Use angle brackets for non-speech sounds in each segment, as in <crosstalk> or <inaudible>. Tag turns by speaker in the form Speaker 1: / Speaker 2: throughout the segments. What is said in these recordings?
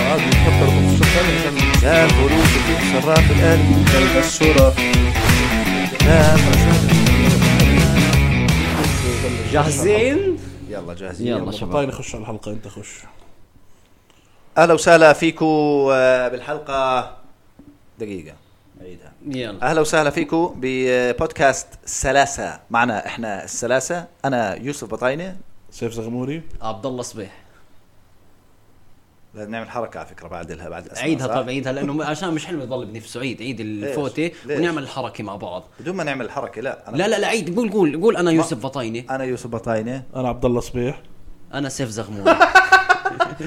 Speaker 1: عاد يتكبر 15 سنه
Speaker 2: لا البلوك شراف الآن
Speaker 1: كان الشورى
Speaker 2: لا فرسان.
Speaker 3: جاهزين؟
Speaker 2: يلا جاهزين
Speaker 3: يلا
Speaker 2: يلا.
Speaker 3: شباب.
Speaker 1: طيب نخش على الحلقه انت خش
Speaker 2: أهلا وسهلا فيكو آه، بالحلقة دقيقة عيدها
Speaker 3: يلا
Speaker 2: أهلا وسهلا فيكو ببودكاست سلاسة معنا إحنا السلاسة أنا يوسف بطاينة
Speaker 1: سيف زغموري
Speaker 3: عبد الله صبيح
Speaker 2: لازم نعمل حركة على فكرة بعدلها بعد الأسماء
Speaker 3: عيدها
Speaker 2: صح؟
Speaker 3: طبعا عيدها لانه عشان مش حلو يضل بنفسه عيد عيد الفوتي
Speaker 2: ليش؟
Speaker 3: ونعمل الحركه مع بعض
Speaker 2: بدون ما نعمل الحركة لا أنا
Speaker 3: لا لا لا عيد قول قول قول انا يوسف بطاينه
Speaker 2: أنا يوسف بطاينة
Speaker 1: انا عبد الله صبيح
Speaker 3: انا سيف
Speaker 2: <laughs>
Speaker 3: زغمون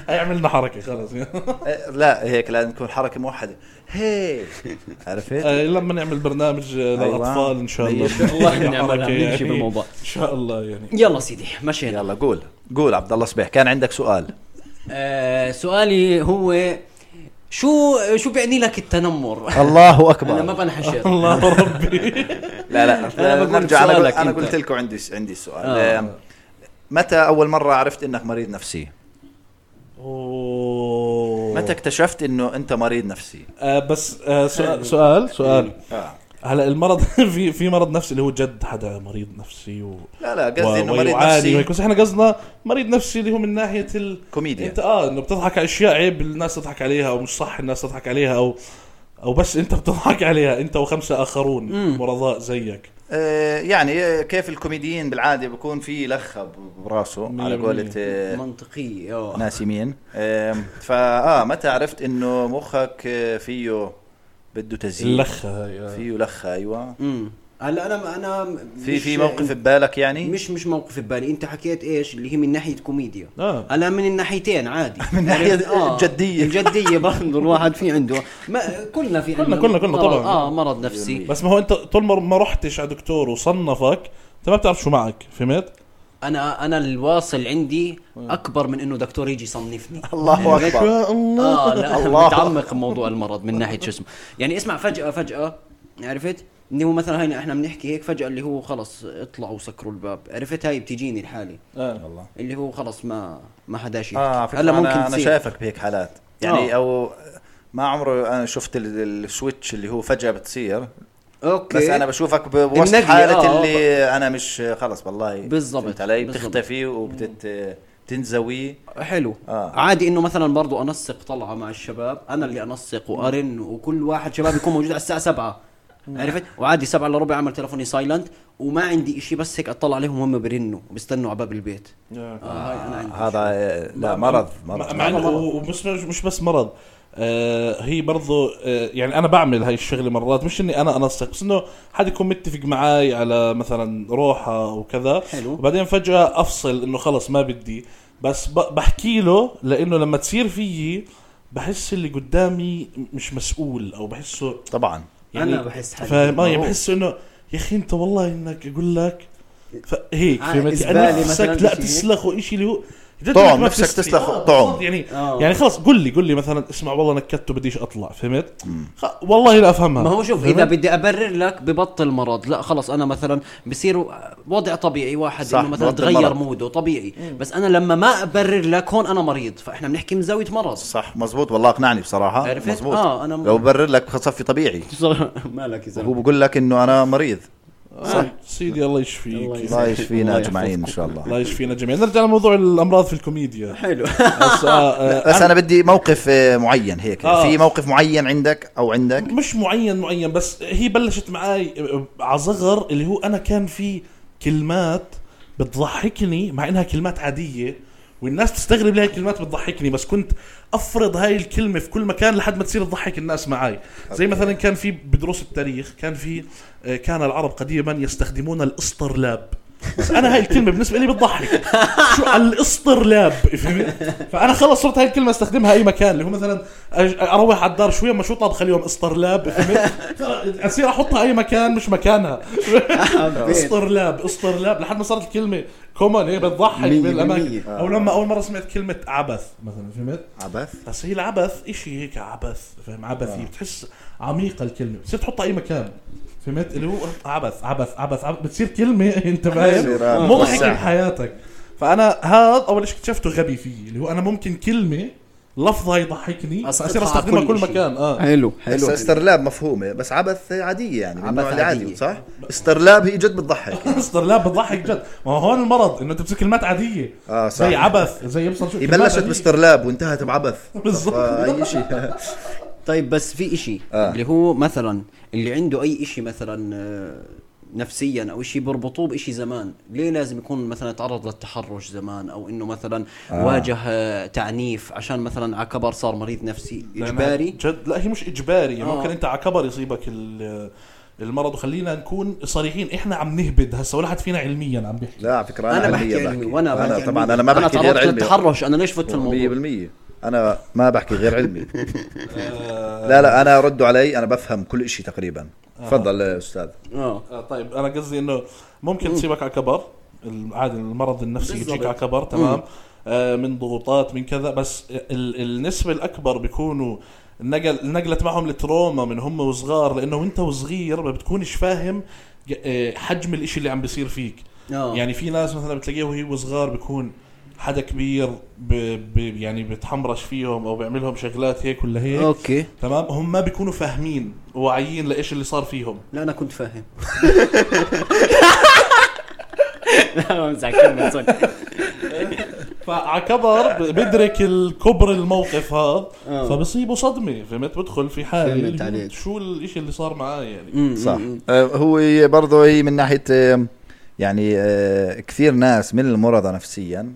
Speaker 1: هيعمل لنا حركه خلاص
Speaker 2: آه، لا هيك لازم تكون حركة موحدة هي عرفت؟
Speaker 1: آه، لما نعمل برنامج آه،
Speaker 2: أيوة.
Speaker 1: للاطفال ان شاء الله
Speaker 2: إن <laughs> شاء
Speaker 3: الله
Speaker 1: نعمل
Speaker 3: نعملها،
Speaker 1: <laughs> حركة
Speaker 3: نمشي
Speaker 1: يعني.
Speaker 3: بالموضوع.
Speaker 1: ان شاء الله يعني <laughs>
Speaker 3: يلا سيدي مشينا
Speaker 2: يلا قول قول عبد الله صبيح كان عندك سؤال
Speaker 3: آه سؤالي هو شو شو بيعني لك التنمر؟
Speaker 2: الله أكبر
Speaker 3: انا ما
Speaker 2: <laughs>
Speaker 3: بنحشر
Speaker 1: الله ربي
Speaker 2: لا لا
Speaker 3: أنا بقول
Speaker 2: نرجع انا قلت
Speaker 3: بسؤالك
Speaker 2: انا
Speaker 3: أنت.
Speaker 2: قلت لكم عندي عندي سؤال
Speaker 3: آه.
Speaker 2: آم، متى اول مره عرفت انك مريض نفسي
Speaker 1: أوه.
Speaker 2: متى اكتشفت انه انت مريض نفسي
Speaker 1: آه بس آه سؤال سؤال سؤال
Speaker 2: آه.
Speaker 1: هلا المرض <laughs> في في مرض نفسي اللي هو جد حدا مريض نفسي و
Speaker 2: لا لا
Speaker 1: و-
Speaker 2: قصدي انه مريض
Speaker 1: ويعاني
Speaker 2: نفسي
Speaker 1: وهيك، بس احنا قصدنا مريض نفسي اللي هو من ناحيه ال...
Speaker 2: كوميديا.
Speaker 1: انت اه انه بتضحك على اشياء عيب الناس تضحك عليها او مش صح الناس تضحك عليها او او بس انت <laughs> بتضحك عليها انت وخمسه اخرون مرضاء زيك
Speaker 2: آه يعني آه، كيف الكوميديين بالعاده بكون في لخه ب- براسه
Speaker 1: مية
Speaker 2: على
Speaker 1: بالمية.
Speaker 2: قولة آه،
Speaker 3: منطقي آه.
Speaker 2: ناسي مين آم، فاه متى عرفت انه مخك آه، فيه بده تزيين
Speaker 1: اللخه هاي آه.
Speaker 2: فيه لخه ايوه
Speaker 3: امم هلا انا انا
Speaker 2: في
Speaker 3: مش-
Speaker 2: في موقف ببالك يعني
Speaker 3: مش مش موقف ببالي انت حكيت ايش اللي هي من ناحيه كوميديا
Speaker 1: آه.
Speaker 3: انا من الناحيتين عادي يعني،
Speaker 2: من ناحية الجدية.
Speaker 3: الجديه برضه الواحد في عنده ما كلنا في عندنا
Speaker 1: كلنا- كلنا
Speaker 3: مرض-
Speaker 1: طبعاً.
Speaker 3: اه مرض نفسي
Speaker 1: بس ما هو انت طول ما ما رحتش على دكتور وصنفك انت ما بتعرف شو معك فهمت؟
Speaker 3: انا انا الواصل عندي اكبر من انه دكتور يجي يصنفني
Speaker 2: الله اكبر
Speaker 1: الله
Speaker 3: اه لا
Speaker 2: الله.
Speaker 3: الله متعمق موضوع المرض من ناحيه شو اسمه يعني اسمع فجاه فجاه عرفت اللي هو مثلا هينا احنا بنحكي هيك فجاه اللي هو خلص اطلعوا سكروا الباب عرفت هاي بتجيني الحاله
Speaker 1: آه.
Speaker 2: الله
Speaker 3: اللي هو خلص ما ما حداش يحكي
Speaker 2: اه
Speaker 3: هلا ممكن
Speaker 2: انا, أنا
Speaker 3: تصير.
Speaker 2: شايفك بهيك حالات يعني
Speaker 3: آه.
Speaker 2: او ما عمره انا شفت ال- السويتش اللي هو فجاه بتصير
Speaker 3: اوكي
Speaker 2: بس انا بشوفك ب- بوسط
Speaker 3: النقلة،
Speaker 2: حاله
Speaker 3: آه.
Speaker 2: اللي انا مش خلص والله
Speaker 3: بالضبط،
Speaker 2: فهمت علي
Speaker 3: بالضبط.
Speaker 2: بتختفي وبتت بتنزوي
Speaker 3: حلو
Speaker 2: آه.
Speaker 3: آه. عادي انه مثلا برضو انسق طلعه مع الشباب انا اللي انسق وارن وكل واحد شباب يكون موجود على الساعه 7 عرفت وعادي 7 الا ربع اعمل تلفوني سايلنت وما عندي إشي بس هيك اطلع عليهم وهم برنوا بيستنوا على باب البيت آه هاي انا عندي
Speaker 2: هذا
Speaker 3: إشي.
Speaker 2: آه، لا مرض
Speaker 1: مع
Speaker 2: مرض
Speaker 1: مع إنه ومش مش مش بس مرض آه هي برضو آه يعني انا بعمل هاي الشغله مرات مش اني انا انسق بس انه حد يكون متفق معاي على مثلا روحه وكذا
Speaker 3: حلو.
Speaker 1: وبعدين فجاه افصل انه خلص ما بدي بس ب- بحكي له لانه لما تصير فيي بحس اللي قدامي مش مسؤول او بحسه
Speaker 2: طبعا
Speaker 3: أنا بحس حالي
Speaker 1: فاهم آه، يعني
Speaker 3: معروف.
Speaker 1: بحس انه يا اخي انت والله انك اقول لك ف... هيك
Speaker 3: آه،
Speaker 1: فهمت
Speaker 3: إزبالة
Speaker 1: يعني نفسك
Speaker 3: مثلاً
Speaker 1: لا
Speaker 3: إشي هيك.
Speaker 1: تسلخ وإشي اللي هو جد
Speaker 2: طعم،
Speaker 1: إنك ما
Speaker 2: نفسك
Speaker 1: بتستحي.
Speaker 2: تسلخ
Speaker 1: آه،
Speaker 2: طعم.
Speaker 1: بالضبط، يعني
Speaker 3: آه.
Speaker 1: يعني خلص قل لي قل لي مثلا اسمع والله نكدت وبديش اطلع فهمت خ... والله لا افهمها
Speaker 3: ما هو شوف
Speaker 1: فهمت؟
Speaker 3: اذا بدي ابرر لك ببطل مرض لا خلص انا مثلا بصير وضع طبيعي واحد
Speaker 2: صح،
Speaker 3: انه مثلا
Speaker 2: ببطل
Speaker 3: تغير
Speaker 2: مرض.
Speaker 3: موده طبيعي بس انا لما ما ابرر لك هون انا مريض فاحنا بنحكي من زاويه <laughs> مرض
Speaker 2: صح مزبوط والله اقنعني بصراحه
Speaker 3: عرفت؟
Speaker 2: مزبوط
Speaker 3: آه، أنا م-
Speaker 2: لو برر لك صفي طبيعي
Speaker 3: مالك يا
Speaker 2: هو بقول لك انه انا مريض
Speaker 1: صح آه، سيدي الله يشفيك
Speaker 3: <laughs> الله يسلمك.
Speaker 2: الله يشفينا
Speaker 3: الله
Speaker 2: اجمعين ان شاء الله
Speaker 1: الله يشفينا جميعا نرجع لموضوع الامراض في
Speaker 3: <laughs>
Speaker 1: الكوميديا
Speaker 2: <laughs>
Speaker 3: حلو
Speaker 1: بس, آه، آه،
Speaker 2: بس انا بدي موقف آه، معين هيك
Speaker 1: آه.
Speaker 2: في موقف معين عندك او عندك
Speaker 1: مش معين معين بس هي بلشت معي على صغر اللي هو انا كان في كلمات بتضحكني مع انها كلمات عاديه والناس تستغرب ليه الكلمات بتضحكني بس كنت افرض هاي الكلمه في كل مكان لحد ما تصير تضحك الناس معي زي مثلا كان في بدروس التاريخ كان في آه، كان العرب قديما يستخدمون الاسطرلاب بس انا هاي الكلمه بالنسبه لي بتضحك شو الاسطرلاب فهمت؟ فانا خلص صرت هاي الكلمه استخدمها اي مكان اللي هو مثلا أج- اروح على الدار شويه ما شو طابخه اليوم اسطرلاب فهمت؟ اصير احطها اي مكان
Speaker 3: <laughs>
Speaker 1: مش مكانها اسطرلاب اسطرلاب لحد ما صارت الكلمه كومن هي بتضحك
Speaker 3: مية آه.
Speaker 1: بالاماكن
Speaker 3: بالمية.
Speaker 1: او لما اول مره سمعت كلمه عبث مثلا فهمت؟
Speaker 2: عبث
Speaker 1: بس هي العبث إشي هيك عبث فاهم عبثي بتحس عميقه الكلمه بتصير تحطها اي مكان فهمت اللي هو عبث عبث عبث, عبث. بتصير <laughs> كلمه انت
Speaker 2: بتصير، آه،
Speaker 1: فاهم مضحكه
Speaker 2: بتوسعها.
Speaker 1: بحياتك فانا هذا اول شيء اكتشفته غبي فيه اللي هو انا ممكن كلمه لفظ هاي يضحكني
Speaker 3: أسقطها
Speaker 1: اصير
Speaker 3: على
Speaker 1: استخدمها
Speaker 3: كل
Speaker 1: كل
Speaker 3: إشي.
Speaker 1: مكان اه
Speaker 4: حلو
Speaker 2: بس
Speaker 4: حلو
Speaker 2: استرلاب مفهومه بس عبث عاديه يعني من
Speaker 3: عبث
Speaker 2: النوع العادي
Speaker 3: عادية.
Speaker 2: صح استرلاب هي جد
Speaker 3: <laughs>
Speaker 2: بتضحك
Speaker 1: <laughs> مصدر لا بضحك جد ما هو هون المرض انه انت بتصير كلمات عاديه
Speaker 2: آه، صح.
Speaker 1: زي عبث زي ابصر شو
Speaker 2: هي
Speaker 1: كلمات
Speaker 2: بلشت
Speaker 3: <laughs>
Speaker 1: عادية.
Speaker 2: باسترلاب وانتهت بعبث
Speaker 1: <laughs> بالضبط
Speaker 2: فاي شيء <laughs>
Speaker 3: طيب بس في اشي
Speaker 2: آه.
Speaker 3: آه. اللي هو مثلا اللي عنده اي اشي مثلا آه، نفسيا او اشي بربطوه باشي زمان ليه لازم يكون مثلا تعرض للتحرش زمان او انه مثلا آه. واجه آه، تعنيف عشان مثلا على كبر صار مريض نفسي اجباري
Speaker 1: جد لا هي مش اجباري
Speaker 3: آه.
Speaker 1: ممكن انت على كبر يصيبك ال- المرض وخلينا نكون صريحين احنا عم نهبد هسه ولا حد فينا علميا عم بيحكي
Speaker 2: لا على فكره انا,
Speaker 3: انا بحكي
Speaker 2: علمية
Speaker 3: علمي وانا بحكي
Speaker 2: انا طبعا
Speaker 3: علمي.
Speaker 2: انا ما بحكي غير
Speaker 3: تعرضت
Speaker 2: علمي
Speaker 3: للتحرش انا ليش فت في الموضوع
Speaker 2: 100% انا ما بحكي غير
Speaker 3: <laughs>
Speaker 2: علمي لا لا انا ردوا علي انا بفهم كل شيء تقريبا تفضل يا استاذ
Speaker 3: اه
Speaker 1: آه، طيب انا قصدي انه ممكن تصيبك على كبر الم- عادي المرض النفسي
Speaker 3: بالضبط.
Speaker 1: يجيك على كبر تمام آه، من ضغوطات من كذا بس ال- النسبه الاكبر بيكونوا نقل نقلت معهم التروما من هم وصغار لانه وانت وصغير ما بتكونش فاهم ج- آه، حجم الاشي اللي عم بيصير فيك
Speaker 3: آه.
Speaker 1: يعني في ناس مثلا بتلاقيه وهي وصغار بيكون حدا كبير ب... ب... يعني بتحمرش فيهم او بيعمل لهم شغلات هيك ولا هيك
Speaker 3: اوكي
Speaker 1: تمام هم ما بيكونوا فاهمين واعيين لايش اللي صار فيهم
Speaker 3: لا انا كنت فاهم
Speaker 2: <laughs>
Speaker 3: لا بمزح كمل سوري.
Speaker 1: فعكبر
Speaker 3: <laughs>
Speaker 1: ب- بدرك الكبر الموقف هذا
Speaker 3: آه.
Speaker 1: فبصيبه صدمه فهمت بدخل في
Speaker 3: فهمت
Speaker 1: حالة
Speaker 3: عليك.
Speaker 1: شو الاشي اللي صار معاه يعني
Speaker 3: أمم،
Speaker 2: صح
Speaker 3: أمم.
Speaker 2: آه، هو برضه هي من ناحيه آه، يعني آه، كثير ناس من المرضى نفسيا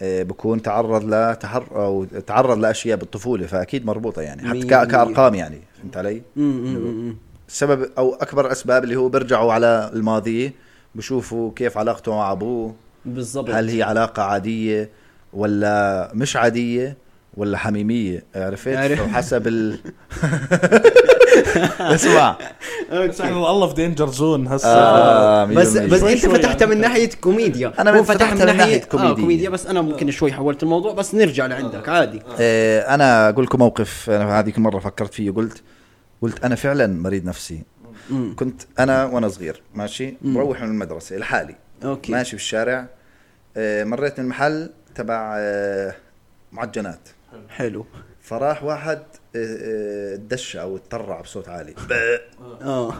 Speaker 2: آه، بكون تعرض لتحر او تعرض لاشياء بالطفوله فاكيد مربوطه يعني حتى
Speaker 3: مية
Speaker 2: كا-
Speaker 3: بالمية.
Speaker 2: كارقام يعني فهمت علي؟
Speaker 3: أمم، أمم، أمم.
Speaker 2: السبب او اكبر الاسباب اللي هو بيرجعوا على الماضي بشوفوا كيف علاقته مع ابوه
Speaker 3: بالضبط
Speaker 2: هل هي علاقه عاديه ولا مش عاديه ولا حميميه عرفت؟
Speaker 3: عرفت.
Speaker 2: حسب ال اسمع
Speaker 1: بس احنا الله في دينجر زون هسه
Speaker 2: آه، مليون
Speaker 3: بس
Speaker 2: مية.
Speaker 3: بس
Speaker 1: شوي
Speaker 3: انت
Speaker 1: شوي
Speaker 3: فتحت
Speaker 1: يعني.
Speaker 3: من ناحيه كوميديا
Speaker 2: أنا
Speaker 3: هو
Speaker 2: من-
Speaker 3: فتح
Speaker 2: فتحت من ناحية
Speaker 3: آه
Speaker 2: كوميديا.
Speaker 3: كوميديا بس انا ممكن شوي حولت الموضوع بس نرجع لعندك عادي
Speaker 2: إيه، انا اقول لكم موقف انا هذيك المره فكرت فيه قلت قلت انا فعلا مريض نفسي
Speaker 3: أمم.
Speaker 2: كنت انا وانا صغير ماشي مروح من المدرسه لحالي
Speaker 3: اوكي
Speaker 2: ماشي بالشارع آه، مريت من محل تبع آه، معجنات
Speaker 3: حلو
Speaker 2: فراح واحد آه، آه، دش او اتطرع بصوت عالي
Speaker 3: اه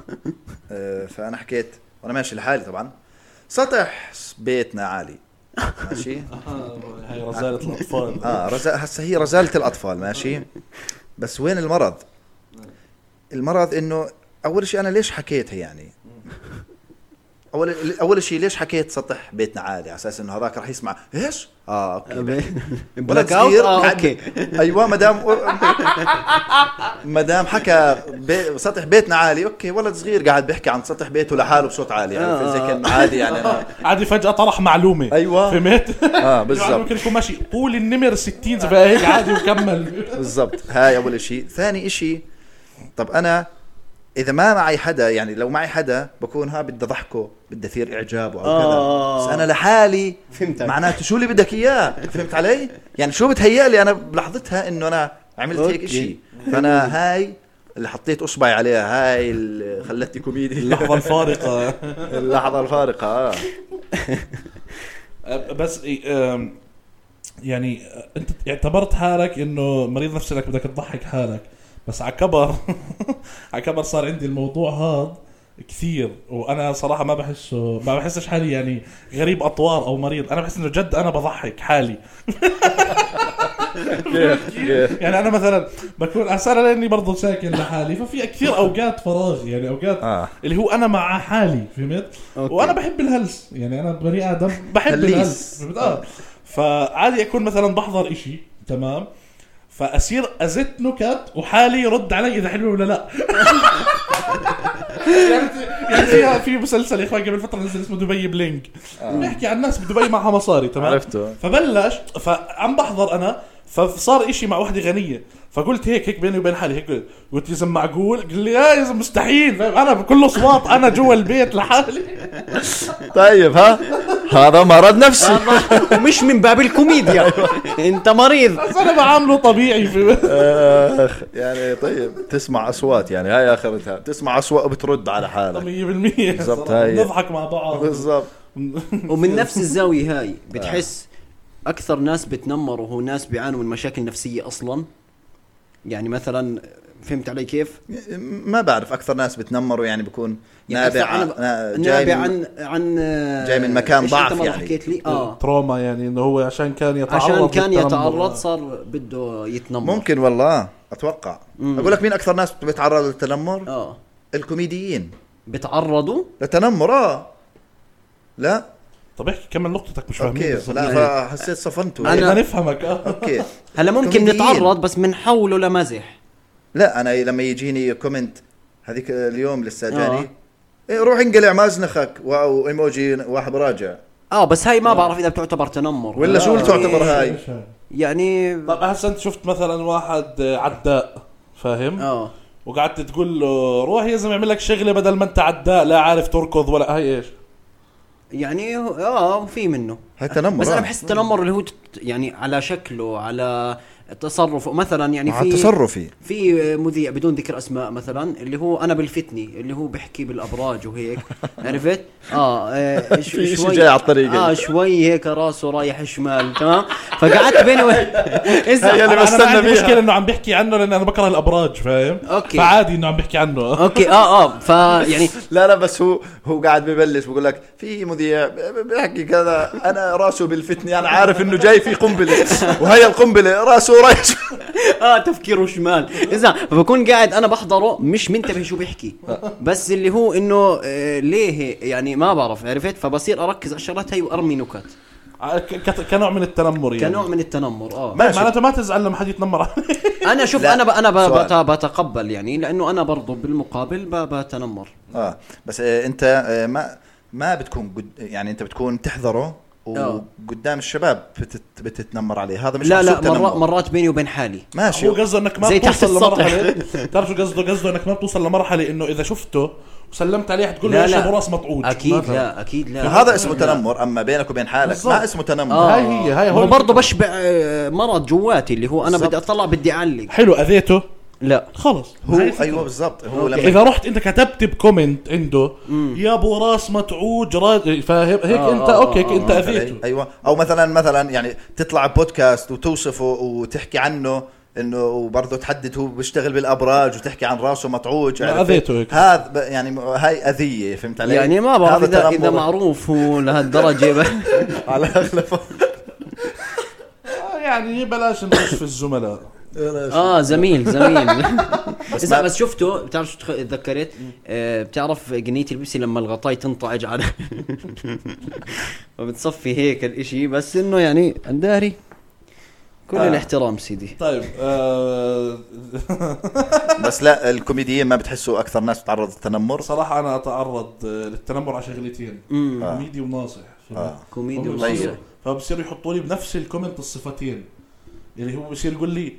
Speaker 2: آه، فانا حكيت وانا ماشي لحالي طبعا سطح بيتنا عالي ماشي
Speaker 1: آه، هاي رزالة الاطفال
Speaker 2: اه رز... هسه هي رزاله الاطفال ماشي بس وين المرض؟ المرض انه اول شيء انا ليش حكيتها يعني؟ اول اول شيء ليش حكيت سطح بيتنا عالي على اساس انه هذاك رح يسمع ايش؟ اه اوكي
Speaker 3: <laughs> بلاك اوت
Speaker 2: صغير، <laughs>
Speaker 3: اه
Speaker 2: حد-
Speaker 3: اوكي
Speaker 2: ايوه مدام مدام حكى بي... سطح بيتنا عالي اوكي ولد صغير قاعد بيحكي عن سطح بيته لحاله بصوت عالي يعني زي كان عادي يعني انا
Speaker 1: عادي فجأة طرح معلومة
Speaker 2: أيوة.
Speaker 1: فهمت؟
Speaker 3: آه،
Speaker 2: اه
Speaker 1: يعني
Speaker 2: بالضبط
Speaker 1: ممكن يكون ماشي قول النمر 60 زي هيك عادي وكمل
Speaker 2: بالضبط هاي اول شيء ثاني شيء طب انا اذا ما معي حدا يعني لو معي حدا بكون ها بدي ضحكه بدي اثير اعجابه او
Speaker 3: آه.
Speaker 2: كذا بس انا لحالي
Speaker 3: فهمتك.
Speaker 2: معناته شو اللي بدك اياه فهمت علي يعني شو بتهيألي انا بلحظتها انه انا عملت هيك
Speaker 3: أوكي.
Speaker 2: شيء فانا هاي اللي حطيت اصبعي عليها هاي اللي خلتني كوميدي
Speaker 1: اللحظة الفارقة
Speaker 2: اللحظه الفارقه
Speaker 3: <laughs>
Speaker 2: اه
Speaker 1: أب- أه، بس إي- أم، يعني أه، انت اعتبرت حالك انه مريض نفسي لك بدك تضحك حالك بس على كبر <laughs> على كبر صار عندي الموضوع هذا كثير وانا صراحه ما بحسه ما بحسش حالي يعني غريب اطوار او مريض انا بحس انه جد انا بضحك حالي <laughs> يعني انا مثلا بكون انا لاني برضه ساكن لحالي ففي كثير اوقات فراغ يعني اوقات
Speaker 2: آه.
Speaker 1: اللي هو انا مع حالي فهمت
Speaker 3: أوكي.
Speaker 1: وانا بحب الهلس يعني انا بني ادم بحب
Speaker 2: هليس.
Speaker 1: الهلس فهمت اه فعادي اكون مثلا بحضر إشي تمام فاصير ازت نكت وحالي يرد علي اذا حلوه ولا لا <laughs> يعني يعني في في مسلسل يا اخوان قبل فتره نزل اسمه دبي بلينك
Speaker 2: آه.
Speaker 1: بيحكي عن ناس بدبي معها مصاري تمام
Speaker 2: عرفته.
Speaker 1: فبلش فعم بحضر انا فصار إشي مع وحده غنيه فقلت هيك هيك بيني وبين حالي هيك قلت قلت يا زلمه معقول؟ قال لي آه يا زلمه مستحيل فاهم انا بكل اصوات انا جوا البيت لحالي
Speaker 2: طيب ها هذا مرض نفسي
Speaker 3: <laughs> مش من باب الكوميديا
Speaker 2: <laughs>
Speaker 3: انت مريض
Speaker 1: بس انا بعامله طبيعي في
Speaker 2: اخ يعني طيب تسمع اصوات يعني هاي اخرتها تسمع اصوات وبترد على حالك
Speaker 1: 100%
Speaker 2: بالضبط،
Speaker 1: صراحة.
Speaker 2: هاي.
Speaker 1: نضحك مع بعض
Speaker 2: بالضبط
Speaker 3: ومن نفس الزاويه هاي بتحس اكثر ناس بتنمروا هو ناس بيعانوا من مشاكل نفسيه اصلا يعني مثلا فهمت علي كيف؟
Speaker 2: ما بعرف اكثر ناس بتنمروا يعني بكون
Speaker 3: يعني
Speaker 2: نابع
Speaker 3: أكثر
Speaker 2: نا-
Speaker 3: عن
Speaker 2: جاي
Speaker 3: نابع
Speaker 2: من-
Speaker 3: عن عن
Speaker 2: جاي من مكان
Speaker 3: إيش أنت
Speaker 2: ضعف
Speaker 3: مرة
Speaker 2: يعني.
Speaker 3: حكيت لي اه
Speaker 1: تروما يعني انه هو عشان كان يتعرض
Speaker 3: عشان كان
Speaker 1: للتنمر.
Speaker 3: يتعرض صار بده يتنمر
Speaker 2: ممكن والله اتوقع
Speaker 3: مم.
Speaker 2: اقول لك مين اكثر ناس بتعرضوا للتنمر
Speaker 3: اه
Speaker 2: الكوميديين
Speaker 3: بتعرضوا
Speaker 2: للتنمر اه لا
Speaker 1: طب احكي كمان نقطتك مش فاهمين
Speaker 2: اوكي
Speaker 1: بالظبط.
Speaker 2: لا فحسيت صفنته
Speaker 3: أنا-
Speaker 1: بدنا نفهمك اه
Speaker 2: اوكي
Speaker 3: هلا ممكن
Speaker 2: كوميديين.
Speaker 3: نتعرض بس بنحوله لمزح
Speaker 2: لا انا لما يجيني كومنت هذيك اليوم لسه
Speaker 3: آه.
Speaker 2: جاني إيه روح انقلع مازنخك واو ايموجي واحد راجع
Speaker 3: اه بس هاي ما بعرف اذا بتعتبر تنمر
Speaker 2: ولا شو
Speaker 3: آه.
Speaker 2: اللي تعتبر هاي
Speaker 1: مش هاي.
Speaker 3: يعني
Speaker 1: طب هسه انت شفت مثلا واحد آه، عداء فاهم
Speaker 3: اه
Speaker 1: وقعدت تقول له روح يا زلمه اعمل لك شغله بدل ما انت عداء لا عارف تركض ولا هاي ايش
Speaker 3: يعني اه في منه
Speaker 2: هاي تنمر
Speaker 3: بس
Speaker 2: آه.
Speaker 3: انا بحس التنمر اللي هو تت- يعني على شكله على تصرفه مثلا يعني
Speaker 2: مع
Speaker 3: في
Speaker 2: تصرفي
Speaker 3: في مذيع بدون ذكر اسماء مثلا اللي هو انا بالفتني اللي هو بحكي بالابراج
Speaker 2: <laughs>
Speaker 3: وهيك عرفت؟ اه, آه ش-
Speaker 2: في إشي جاي على الطريق. يعني.
Speaker 3: اه شوي هيك راسه رايح شمال تمام؟ فقعدت بيني
Speaker 2: <laughs>
Speaker 3: وبين
Speaker 2: هي اللي
Speaker 3: اسمع <laughs>
Speaker 1: انا ما
Speaker 2: بستنى
Speaker 1: عندي
Speaker 2: بيها.
Speaker 1: مشكله انه عم بحكي عنه لان انا بكره الابراج فاهم
Speaker 3: أوكي.
Speaker 1: فعادي انه عم بحكي عنه
Speaker 3: اوكي اه اه فيعني
Speaker 2: لا لا بس هو هو قاعد ببلش بقول لك في مذيع ب- ب- بيحكي كذا انا راسه بالفتنه انا عارف انه جاي في قنبله وهي القنبله راسه رايش
Speaker 3: اه تفكيره شمال اذا فبكون قاعد انا بحضره مش منتبه شو بيحكي بس اللي هو انه آه، ليه هيك؟ يعني ما بعرف عرفت فبصير اركز على الشغلات هي وارمي نكت
Speaker 1: ع- ك- كت- كنوع من التنمر يعني
Speaker 3: كنوع من التنمر
Speaker 2: <laughs>
Speaker 3: اه
Speaker 2: ماشي
Speaker 1: معناته ما تزعل لما حد يتنمر عليك
Speaker 3: انا شوف
Speaker 2: لا،
Speaker 3: انا ب... انا ب...
Speaker 2: سؤال.
Speaker 3: بت... بتقبل يعني لانه انا برضو بالمقابل ب... بتنمر
Speaker 2: اه بس آه انت آه ما ما بتكون قد يعني انت بتكون تحضره
Speaker 3: آه.
Speaker 2: وقدام الشباب بتت بتتنمر عليه هذا مش
Speaker 3: لا لا
Speaker 2: محسوب
Speaker 3: مرات
Speaker 2: تنمر.
Speaker 3: مرات بيني وبين حالي
Speaker 2: ماشي
Speaker 1: هو قصده انك ما
Speaker 3: زي تحت
Speaker 1: بتوصل
Speaker 3: السطح.
Speaker 1: لمرحله بتعرف شو قصده قصده انك ما بتوصل لمرحله انه اذا شفته وسلمت عليه حتقول له
Speaker 3: لا
Speaker 1: يا شباب
Speaker 3: لا
Speaker 1: راس مطعود
Speaker 3: اكيد
Speaker 1: مثلاً.
Speaker 3: لا اكيد لا
Speaker 2: هذا اسمه
Speaker 3: لا.
Speaker 2: تنمر اما بينك وبين حالك
Speaker 1: بالضبط.
Speaker 2: ما اسمه تنمر
Speaker 3: آه.
Speaker 1: هاي هي- هاي هون
Speaker 3: هو برضه
Speaker 1: الفكرة.
Speaker 3: بشبع آه، مرض جواتي اللي هو انا
Speaker 2: بالضبط.
Speaker 3: بدي اطلع بدي اعلق
Speaker 1: حلو اذيته
Speaker 3: لا
Speaker 1: خلص
Speaker 2: هو
Speaker 1: هاي الفكرة.
Speaker 3: أيوة.
Speaker 2: ايوه بالضبط هو
Speaker 1: يعني
Speaker 2: لما
Speaker 1: اذا رحت انت كتبت بكومنت عنده يا ابو راس متعوج راد- فاهم هيك
Speaker 3: آه،
Speaker 1: انت
Speaker 3: آه،
Speaker 1: اوكي
Speaker 3: آه،
Speaker 1: انت
Speaker 3: آه،
Speaker 1: اذيته
Speaker 2: ايوه او مثلا مثلا يعني تطلع بودكاست وتوصفه وتحكي عنه انه وبرضه تحدد هو بيشتغل بالابراج وتحكي عن راسه مطعوج
Speaker 1: ما
Speaker 2: عرفت؟
Speaker 1: أذيته هيك.
Speaker 2: هذا ب- يعني م- هاي اذيه فهمت علي؟
Speaker 3: يعني ما بعرف
Speaker 2: هذا
Speaker 3: اذا اذا
Speaker 2: تنمر
Speaker 3: معروف
Speaker 2: <laughs>
Speaker 3: هو لهالدرجه
Speaker 2: على
Speaker 3: <laughs>
Speaker 2: اغلب
Speaker 1: آه، يعني بلاش نخش في الزملاء
Speaker 2: <laughs>
Speaker 3: اه زميل زميل <laughs> بس
Speaker 2: ما-
Speaker 3: بس شفته بتعرف شو تخ- تذكرت آه بتعرف قنية البيبسي لما الغطاي تنطعج على <laughs> فبتصفي هيك الاشي بس انه يعني انداري كل
Speaker 2: آه.
Speaker 3: آه. الاحترام سيدي
Speaker 1: طيب آه،
Speaker 2: بس لا الكوميديين ما بتحسوا اكثر ناس بتعرض للتنمر
Speaker 1: بصراحه انا اتعرض آه، للتنمر على شغلتين
Speaker 3: امم
Speaker 2: آه.
Speaker 1: كوميدي وناصح
Speaker 2: آه.
Speaker 3: كوميدي
Speaker 1: هم
Speaker 3: ونص
Speaker 1: بصيروا- فبصيروا يحطوا لي بنفس الكومنت الصفتين اللي هو بصير يقول لي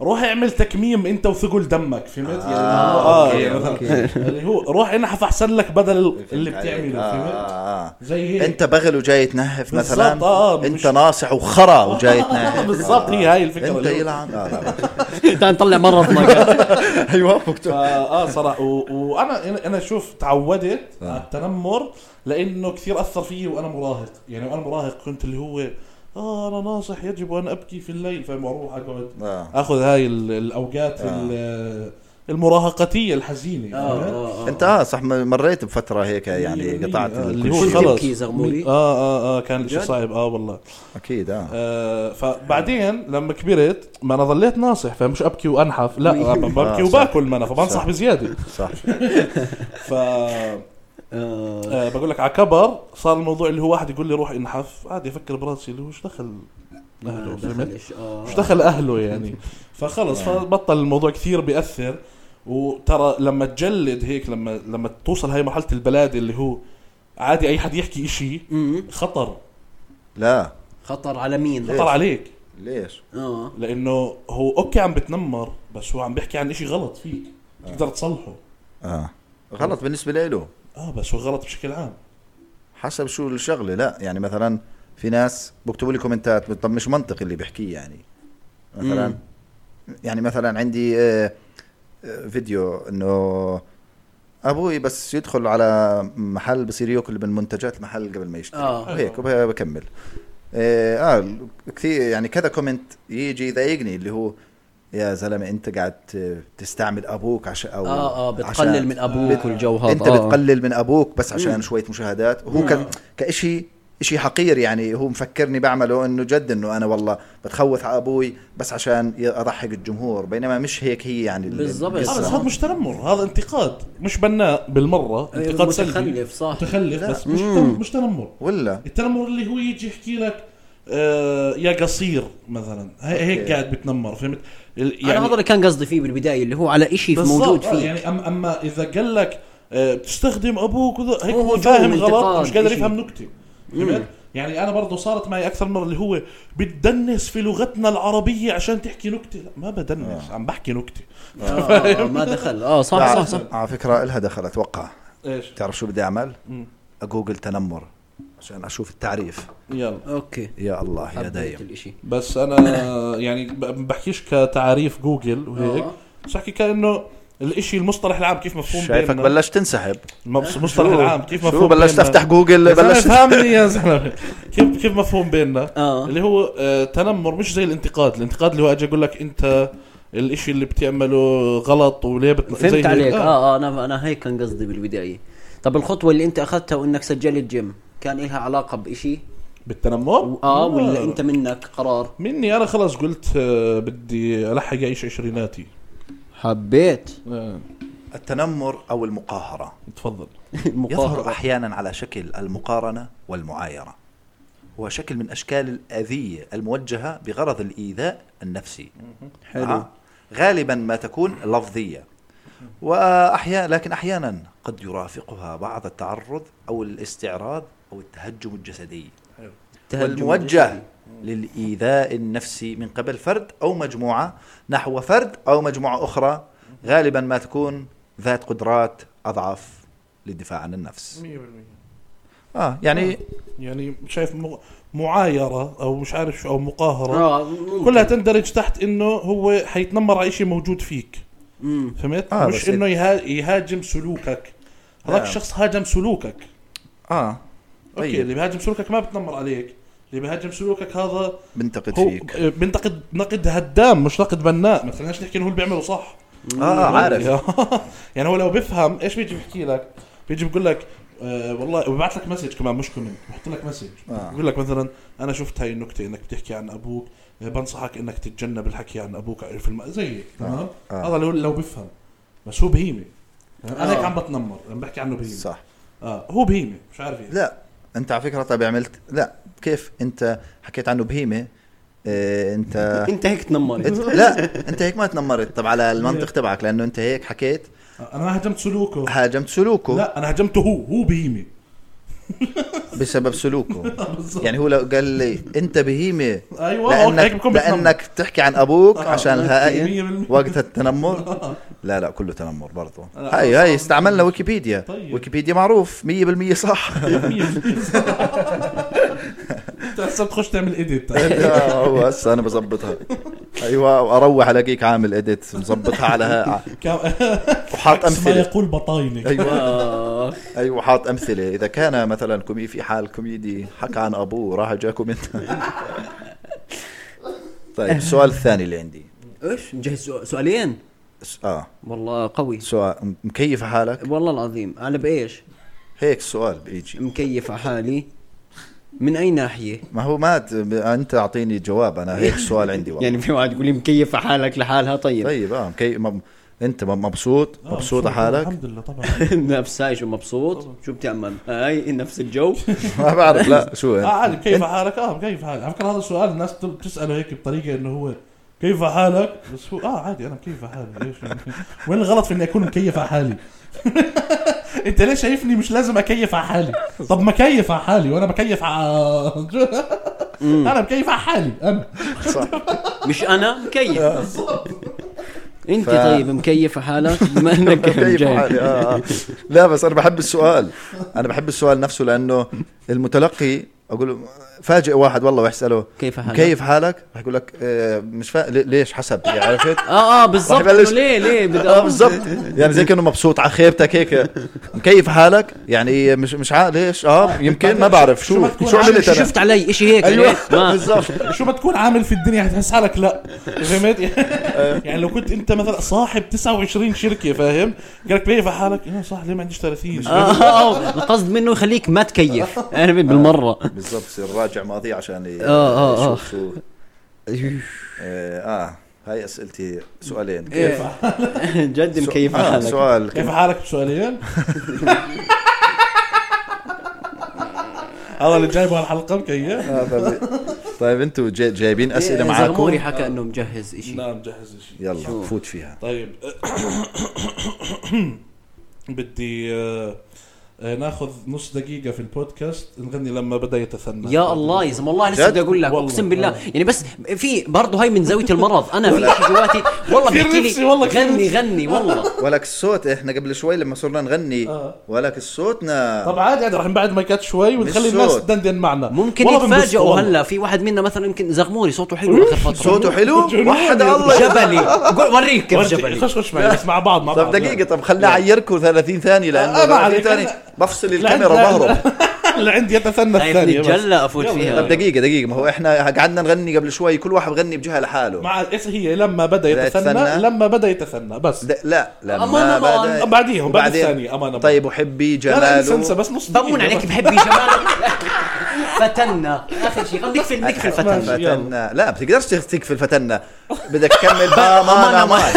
Speaker 1: روح اعمل تكميم انت وثقل دمك فهمت؟ يعني
Speaker 2: آه،
Speaker 1: اه,
Speaker 2: أوكي،
Speaker 1: يعني
Speaker 2: أوكي.
Speaker 1: مثلا- اللي هو روح انحف احسن لك بدل اللي بتعمله
Speaker 2: آه
Speaker 1: فهمت؟
Speaker 2: آه آه.
Speaker 1: زي هيك
Speaker 2: انت بغل وجاي تنهف
Speaker 1: بالضبط،
Speaker 2: مثلا
Speaker 1: آه، مش-
Speaker 2: انت ناصح وخرا وجاي تنهف
Speaker 1: <laughs> بالضبط، هي هاي الفكرة
Speaker 2: انت
Speaker 1: اللي هو-
Speaker 2: يلعن آه، لا، لا.
Speaker 3: <laughs> تعال نطلع
Speaker 2: <laughs>
Speaker 3: مرضنا
Speaker 1: <laughs> أيوة.
Speaker 2: ايوه مكتوب
Speaker 1: فا- اه صراحه و- وانا أنا- انا شوف تعودت
Speaker 2: آه.
Speaker 1: على التنمر لانه كثير اثر فيي وانا مراهق يعني وانا مراهق كنت اللي هو اه انا ناصح يجب ان ابكي في الليل فاهم واروح اقعد
Speaker 2: آه.
Speaker 1: اخذ هاي ال- الاوقات ال- المراهقتيه
Speaker 2: آه،
Speaker 1: الحزينه
Speaker 3: آه،
Speaker 1: فاهمت؟
Speaker 2: انت اه صح م- مريت بفتره هيك
Speaker 1: مية
Speaker 2: يعني
Speaker 1: بالمية،
Speaker 2: قطعت
Speaker 1: آه،
Speaker 2: ال-
Speaker 1: اللي
Speaker 2: كل
Speaker 1: هو
Speaker 2: شيء.
Speaker 1: خلص
Speaker 3: تبكي زغموري؟
Speaker 1: اه اه اه كان الشيء
Speaker 3: جد؟
Speaker 1: صعب اه والله
Speaker 2: اكيد اه
Speaker 1: آه فبعدين لما كبرت ما انا ظليت ناصح فمش ابكي وانحف لا أنا
Speaker 2: <laughs> آه،
Speaker 1: ببكي
Speaker 2: صح.
Speaker 1: وباكل ما انا فبنصح
Speaker 2: صح.
Speaker 1: بزياده <laughs>
Speaker 2: صح
Speaker 1: ف آه، بقول لك على كبر صار الموضوع اللي هو واحد يقول لي روح انحف عادي افكر براسي اللي هو ايش دخل
Speaker 3: آه،
Speaker 1: اهله
Speaker 3: إيه؟
Speaker 1: فهمت؟ ايش دخل اهله يعني فخلص فبطل الموضوع كثير بياثر وترى لما تجلد هيك لما لما توصل هاي مرحله البلاده اللي هو عادي اي حد يحكي إشي خطر
Speaker 2: لا
Speaker 3: خطر على مين؟
Speaker 1: خطر عليك
Speaker 2: ليش؟
Speaker 3: اه
Speaker 1: لانه هو اوكي عم بتنمر بس هو عم بيحكي عن إشي غلط فيك تقدر تصلحه
Speaker 2: اه
Speaker 1: آه.
Speaker 2: غلط بالنسبه له
Speaker 1: اه بس هو غلط بشكل عام
Speaker 2: حسب شو الشغله لا يعني مثلا في ناس بكتبوا لي كومنتات طب مش منطقي اللي بحكيه يعني مثلا
Speaker 3: مم.
Speaker 2: يعني مثلا عندي آه، آه، فيديو انه ابوي بس يدخل على محل بصير ياكل من منتجات المحل قبل ما يشتري
Speaker 3: آه.
Speaker 2: هيك وبكمل إيه، اه كثير يعني كذا كومنت يجي يضايقني اللي هو يا زلمه انت قاعد ت- تستعمل ابوك عشان او
Speaker 3: اه اه
Speaker 2: عشان-
Speaker 3: بتقلل من ابوك والجو هذا
Speaker 2: انت
Speaker 3: آه.
Speaker 2: بتقلل من ابوك بس عشان شويه مشاهدات وهو ك... كشيء شيء حقير يعني هو مفكرني بعمله انه جد انه انا والله بتخوث على ابوي بس عشان ي- اضحك الجمهور بينما مش هيك هي يعني ال-
Speaker 3: بالضبط.
Speaker 1: آه، بس
Speaker 2: القصة.
Speaker 1: هذا مش تنمر هذا انتقاد مش بناء بالمره
Speaker 3: إيه،
Speaker 1: انتقاد سلبي
Speaker 3: متخلف صح
Speaker 1: متخلف بس مش تن- مش تنمر
Speaker 2: ولا
Speaker 1: التنمر اللي هو يجي يحكي لك آه يا قصير مثلا هي- هيك
Speaker 2: أوكي.
Speaker 1: قاعد بتنمر فهمت ال- يعني
Speaker 3: انا هذا اللي كان قصدي فيه بالبدايه اللي هو على شيء
Speaker 1: بالضبط،
Speaker 3: موجود
Speaker 1: آه،
Speaker 3: فيه
Speaker 1: يعني أم اما اذا قال لك آه، بتستخدم ابوك وذا هيك
Speaker 3: هو
Speaker 1: هو
Speaker 3: جو
Speaker 1: فاهم
Speaker 3: انتقاد،
Speaker 1: غلط مش قادر
Speaker 3: إشي.
Speaker 1: يفهم نكته فهمت؟ يعني انا برضه صارت معي اكثر مره اللي هو بتدنس في لغتنا العربيه عشان تحكي نكته لا ما بدنس عم بحكي نكته
Speaker 3: آه، آه، <laughs> ما
Speaker 1: <laughs>
Speaker 3: دخل اه صح صح صح
Speaker 2: على- على فكره الها دخل اتوقع
Speaker 1: ايش
Speaker 2: تعرف شو بدي اعمل؟ اجوجل تنمر عشان اشوف التعريف
Speaker 1: يلا
Speaker 3: اوكي
Speaker 2: يا الله يا
Speaker 3: حبيت
Speaker 2: دايم
Speaker 3: الاشي <laughs>
Speaker 1: بس انا يعني ب- بحكيش كتعاريف جوجل وهيك
Speaker 3: آه.
Speaker 1: بس احكي كانه الاشي المصطلح العام كيف مفهوم
Speaker 2: شايفك
Speaker 1: بيننا.
Speaker 2: بلشت تنسحب
Speaker 1: مص- مصطلح
Speaker 2: شو-
Speaker 1: العام كيف مفهوم
Speaker 2: شو بلشت
Speaker 1: بيننا.
Speaker 2: افتح جوجل
Speaker 1: يا زلمة
Speaker 2: بلشت
Speaker 1: افهمني يا زلمه كيف كيف مفهوم بيننا
Speaker 3: آه.
Speaker 1: اللي هو آه، تنمر مش زي الانتقاد الانتقاد اللي هو اجي اقول لك انت الاشي اللي بتعمله غلط وليه بت... زي
Speaker 3: فهمت
Speaker 1: هيك. آه.
Speaker 3: عليك اه اه انا انا هيك كان قصدي بالبدايه طب الخطوه اللي انت اخذتها وانك سجلت جيم كان لها علاقه بشيء
Speaker 1: بالتنمر آه.
Speaker 3: اه ولا انت منك قرار
Speaker 1: مني انا خلاص قلت آه، بدي الحق اعيش عشريناتي
Speaker 3: حبيت <laughs>
Speaker 1: آه،
Speaker 2: التنمر او المقاهره
Speaker 1: تفضل
Speaker 2: يظهر
Speaker 3: مقاهرة
Speaker 2: احيانا على شكل المقارنه والمعايره هو شكل من اشكال الاذيه الموجهه بغرض الايذاء النفسي
Speaker 3: حلو.
Speaker 2: نعم. غالبا ما تكون لفظيه واحيانا لكن احيانا قد يرافقها بعض التعرض او الاستعراض او التهجم الجسدي والموجه للايذاء النفسي من قبل فرد او مجموعه نحو فرد او مجموعه اخرى غالبا ما تكون ذات قدرات اضعف للدفاع عن النفس
Speaker 1: 100%
Speaker 2: اه يعني
Speaker 1: يعني شايف مو- معايره او مش عارف شو او
Speaker 2: آه.
Speaker 1: مقاهره
Speaker 3: اه ممكن.
Speaker 1: كلها تندرج تحت انه هو حيتنمر على شيء موجود فيك
Speaker 3: مم.
Speaker 1: فهمت؟
Speaker 2: آه،
Speaker 1: مش
Speaker 2: بس
Speaker 1: انه يها- يهاجم سلوكك هذاك
Speaker 2: نعم.
Speaker 1: الشخص هاجم سلوكك
Speaker 2: اه
Speaker 1: اوكي
Speaker 2: طيب.
Speaker 1: اللي بيهاجم سلوكك ما بتنمر عليك اللي بيهاجم سلوكك هذا
Speaker 2: بنتقد
Speaker 1: هو
Speaker 2: فيك
Speaker 1: بنتقد نقد هدام مش نقد بناء ما خليناش نحكي انه هو اللي بيعمله صح
Speaker 2: اه عارف
Speaker 1: <laughs> يعني هو لو بيفهم ايش بيجي بيحكي لك بيجي بيقول لك آه والله وببعث لك مسج كمان مش كومنت بحط لك مسج
Speaker 2: آه.
Speaker 1: بقول لك مثلا انا شفت هاي النكته انك بتحكي عن ابوك آه، بنصحك انك تتجنب الحكي عن ابوك في الم... زي هيك تمام
Speaker 2: آه.
Speaker 1: هذا لو لو بفهم بس هو بهيمه انا هيك
Speaker 3: آه.
Speaker 1: عم بتنمر عم بحكي عنه بهيمه
Speaker 2: صح
Speaker 1: اه هو بهيمه مش عارف ايه
Speaker 2: لا انت على فكره طيب عملت لا كيف انت حكيت عنه بهيمه إيه <laughs> انت
Speaker 3: انت هيك تنمرت
Speaker 2: أنت- لا انت هيك ما تنمرت طب على المنطق تبعك لانه انت هيك حكيت
Speaker 1: آه، انا ما هاجمت سلوكه
Speaker 2: هاجمت سلوكه
Speaker 1: لا انا هاجمته هو هو <laughs> بهيمه
Speaker 2: بسبب سلوكه
Speaker 1: بالظبط
Speaker 2: يعني هو لو قال لي انت بهيمه
Speaker 1: ايوه أوكي، هيك
Speaker 2: لانك
Speaker 1: بكون بتنمر.
Speaker 2: لانك بتحكي عن ابوك
Speaker 1: آه،
Speaker 2: عشان هاي
Speaker 1: 100%
Speaker 2: وقت التنمر
Speaker 1: <laughs> آه.
Speaker 2: لا لا كله تنمر برضه
Speaker 1: آه،
Speaker 2: هاي
Speaker 1: صح.
Speaker 2: هاي استعملنا ويكيبيديا
Speaker 1: طيب.
Speaker 2: ويكيبيديا معروف 100% صح
Speaker 1: <laughs>
Speaker 2: <laughs>
Speaker 1: انت هسه بتخش تعمل ايديت
Speaker 2: لا، هو هسه انا
Speaker 1: <laughs>
Speaker 2: بظبطها ايوه واروح الاقيك عامل اديت مظبطها على ها- وحاط
Speaker 1: عكس ما
Speaker 2: امثله
Speaker 1: يقول بطاينك
Speaker 2: ايوه
Speaker 3: آه.
Speaker 2: ايوه حاط امثله اذا كان مثلا كومي في حال كوميدي حكى عن ابوه راح جاكم انت <laughs>
Speaker 1: <laughs>
Speaker 2: طيب السؤال الثاني اللي عندي
Speaker 3: ايش مجهز سؤ- سؤالين
Speaker 2: س- اه
Speaker 3: والله قوي
Speaker 2: سؤال م- مكيف على حالك
Speaker 3: والله العظيم انا بايش
Speaker 2: هيك السؤال بيجي
Speaker 3: مكيف على حالي من اي ناحيه
Speaker 2: ما هو ما ت- انت اعطيني جواب انا
Speaker 3: <laughs>
Speaker 2: هيك السؤال عندي والله
Speaker 3: يعني في واحد يقول لي مكيف على حالك لحالها طيب
Speaker 2: طيب اه مكي... مب... انت مب- مبسوط مبسوط على حالك
Speaker 1: آه، الحمد لله طبعا
Speaker 3: <laughs> نفس هاي شو مبسوط شو بتعمل هاي نفس الجو
Speaker 2: <laughs> ما بعرف لا شو
Speaker 1: اه
Speaker 2: انت
Speaker 1: عادي كيف حالك اه كيف حالك على فكره هذا السؤال الناس بت- بتساله هيك بطريقه انه هو كيف حالك بس هو اه عادي انا مكيف على حالي ليش يعني؟ وين الغلط في اني اكون مكيف على حالي <laughs> انت ليه شايفني مش لازم اكيف على حالي طب مكيف على حالي وانا مكيف على <laughs> انا مكيف على حالي انا
Speaker 2: صح
Speaker 3: مش انا مكيف انت
Speaker 2: آه. ف-
Speaker 3: طيب مكيف على
Speaker 2: <laughs>
Speaker 3: حالك بما انك
Speaker 2: كيف
Speaker 3: جاي
Speaker 2: حالي آه. آه. لا بس انا بحب السؤال انا بحب السؤال نفسه لانه المتلقي اقول له فاجئ واحد والله واحساله
Speaker 3: كيف حالك؟
Speaker 2: كيف حالك؟ رح يقول لك آه، مش فا... لي- ليش حسب يعني
Speaker 3: <laughs>
Speaker 2: عرفت؟
Speaker 3: اه اه بالضبط
Speaker 2: راح يبلش-
Speaker 3: إنه ليه ليه بدي
Speaker 2: اه بالضبط يعني زي كانه مبسوط على خيبتك هيك مكيف حالك يعني مش مش عارف ليش اه يمكن ما بعرف
Speaker 1: شو
Speaker 2: شو
Speaker 1: ما تكون
Speaker 2: شو
Speaker 1: عامل
Speaker 2: عملت انا
Speaker 3: شفت علي اشي هيك
Speaker 2: ايوه
Speaker 3: ليه؟ <laughs> ما
Speaker 2: <laughs> بالضبط
Speaker 1: شو ما تكون عامل في الدنيا هتحس حالك لا فهمت يعني لو كنت انت مثلا صاحب 29 شركه فاهم قال لك كيف حالك انا صح ليه ما عنديش 30
Speaker 3: آه، آه، آه، القصد منه يخليك ما تكيف انا بي- بالمره
Speaker 2: بالضبط يصير راجع ماضي عشان ي-
Speaker 3: آه، آه، أيوه.
Speaker 2: يشوف شو اه آه، هاي اسئلتي سؤالين
Speaker 3: إيه. <laughs> جد مكيف
Speaker 2: آه،
Speaker 3: حالك <laughs>
Speaker 2: سؤال
Speaker 1: كيف حالك بسؤالين هذا اللي جايبه الحلقه مكيف
Speaker 2: آه، طيب- طيب انتوا جاي- جايبين
Speaker 3: إيه،
Speaker 2: اسئله
Speaker 3: زغموري
Speaker 2: معاكم نعم.
Speaker 3: حكى انه مجهز اشي
Speaker 1: لا مجهز شيء
Speaker 2: يلا فوت فيها
Speaker 1: نعم، طيب <coughs> بدي آه، آه، ناخذ نص دقيقة في البودكاست نغني لما بدأ يتثنى
Speaker 3: يا الله يا زلمه والله لسه
Speaker 2: جد؟
Speaker 3: بدي اقول لك
Speaker 1: والله.
Speaker 3: اقسم بالله
Speaker 1: آه.
Speaker 3: يعني بس في برضه هاي من زاويه المرض انا في شيء جواتي والله
Speaker 1: كثير
Speaker 3: بيحكي
Speaker 1: نفسي،
Speaker 3: لي
Speaker 1: والله كثير
Speaker 3: غني
Speaker 1: نفسي.
Speaker 3: غني والله
Speaker 2: <laughs> ولك الصوت احنا قبل شوي لما صرنا نغني
Speaker 1: آه.
Speaker 2: ولك صوتنا
Speaker 1: طب عادي عادي رح نبعد مايكات شوي ونخلي
Speaker 2: بالصوت.
Speaker 1: الناس تدندن معنا
Speaker 3: ممكن
Speaker 1: والله بنبسطوا
Speaker 3: يتفاجئوا
Speaker 1: والله.
Speaker 3: هلا في واحد منا مثلا يمكن زغموري صوته حلو اخر فتره
Speaker 2: صوته حلو
Speaker 1: <laughs> جنون
Speaker 2: وحد
Speaker 1: يا
Speaker 2: الله
Speaker 3: جبلي قول- وريك كيف
Speaker 1: ورجي-
Speaker 3: جبلي
Speaker 1: خش خش معي بس مع بعض مع
Speaker 2: طب
Speaker 1: بعض
Speaker 2: دقيقة طب خليني اعيركم 30 ثانية لانه
Speaker 1: آه، ما
Speaker 2: 30
Speaker 1: عليك،
Speaker 2: ثانية
Speaker 1: أنا-
Speaker 2: بفصل
Speaker 1: لا،
Speaker 2: الكاميرا
Speaker 1: لا،
Speaker 2: ظهره طيب،
Speaker 1: لا، <laughs> لا عندي اتثنى
Speaker 3: خايف
Speaker 1: الثانية بس
Speaker 3: نتجلى افوت
Speaker 1: يلا،
Speaker 3: فيها
Speaker 1: يلا.
Speaker 2: طب دقيقة دقيقة ما هو احنا قعدنا نغني قبل شوي كل واحد غني بجهة لحاله
Speaker 1: مع ايش هي لما بدأ
Speaker 2: لا
Speaker 1: يتثنى
Speaker 2: يتثنى.
Speaker 1: لما بدأ يتثنى بس
Speaker 2: د- لا لما
Speaker 3: أمان، أمان.
Speaker 2: بدأ-
Speaker 1: بعديهم بعد
Speaker 2: بعدين.
Speaker 1: الثانية أمان أمان
Speaker 2: طيب احبي
Speaker 1: لا، لا انسى انسى
Speaker 2: جماله
Speaker 1: بس نص
Speaker 3: بمون
Speaker 1: دقيقة
Speaker 3: عليك بحبي جمالك <laughs> فتنا اخر شيء خليك في نكفي الفتن
Speaker 1: ماشي، يلا.
Speaker 2: فتنا لا بتقدرش تكفي الفتنة بدك
Speaker 1: <laughs>
Speaker 2: تكمل بامان
Speaker 3: أمان.
Speaker 2: امان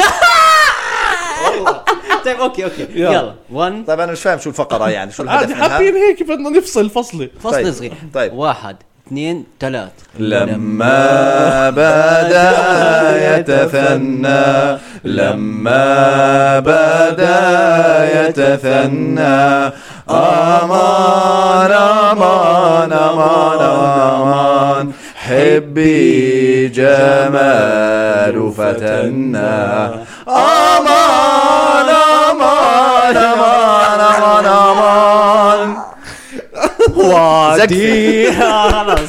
Speaker 3: طيب اوكي اوكي
Speaker 1: يلا.
Speaker 3: يلا 1
Speaker 2: طيب انا مش فاهم شو الفقرة يعني شو الهدف
Speaker 1: عادي
Speaker 2: منها
Speaker 1: حابين هيك بدنا نفصل فصلة
Speaker 3: فصل
Speaker 2: طيب،
Speaker 3: صغير
Speaker 2: طيب.
Speaker 3: واحد اثنين ثلاث <laughs>
Speaker 2: <laughs> لما بدا يتثنى لما بدا يتثنى أمان أمان أمان أمان حبي جمال فتنا أمان أمان أمان أمان أمان
Speaker 3: اديها خلاص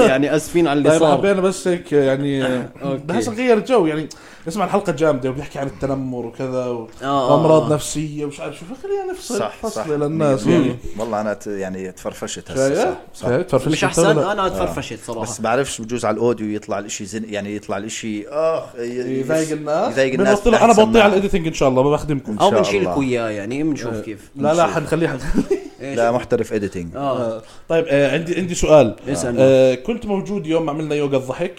Speaker 3: يعني اسفين على اللي
Speaker 1: طيب
Speaker 3: صار
Speaker 1: حبينا بس هيك
Speaker 2: <laughs>
Speaker 1: يعني بحس نغير جو يعني اسمع الحلقه جامده وبنحكي عن التنمر وكذا و-
Speaker 3: آه.
Speaker 1: وامراض نفسيه ومش عارف شو فخلينا نفصل
Speaker 2: صح صح
Speaker 1: فصل للناس يعني
Speaker 2: والله انا ت- يعني تفرفشت هسه
Speaker 1: شايف؟
Speaker 2: صح, صح.
Speaker 1: شايف؟ تفرفشت
Speaker 3: مش
Speaker 1: ولا
Speaker 3: احسن
Speaker 1: لا؟
Speaker 3: انا تفرفشت صراحه
Speaker 2: بس بعرفش بجوز على الاوديو يطلع الاشي زن يعني يطلع الاشي اخ ي-
Speaker 1: يضايق
Speaker 2: يس-
Speaker 1: الناس
Speaker 2: يضايق الناس
Speaker 1: بنوطي له- انا
Speaker 2: أحسن
Speaker 1: بوطيه على
Speaker 2: ما-
Speaker 1: الايديتنج ان شاء الله ما بخدمكم
Speaker 3: او
Speaker 2: شاء
Speaker 3: بنشيلكوا
Speaker 2: الله.
Speaker 3: اياه يعني بنشوف كيف
Speaker 1: لا لا حنخليه حنخليه
Speaker 3: إيش؟
Speaker 2: لا محترف اديتنج
Speaker 3: اه
Speaker 1: طيب آه عندي عندي سؤال
Speaker 3: اسأل.
Speaker 1: آه كنت موجود يوم ما عملنا يوغا الضحك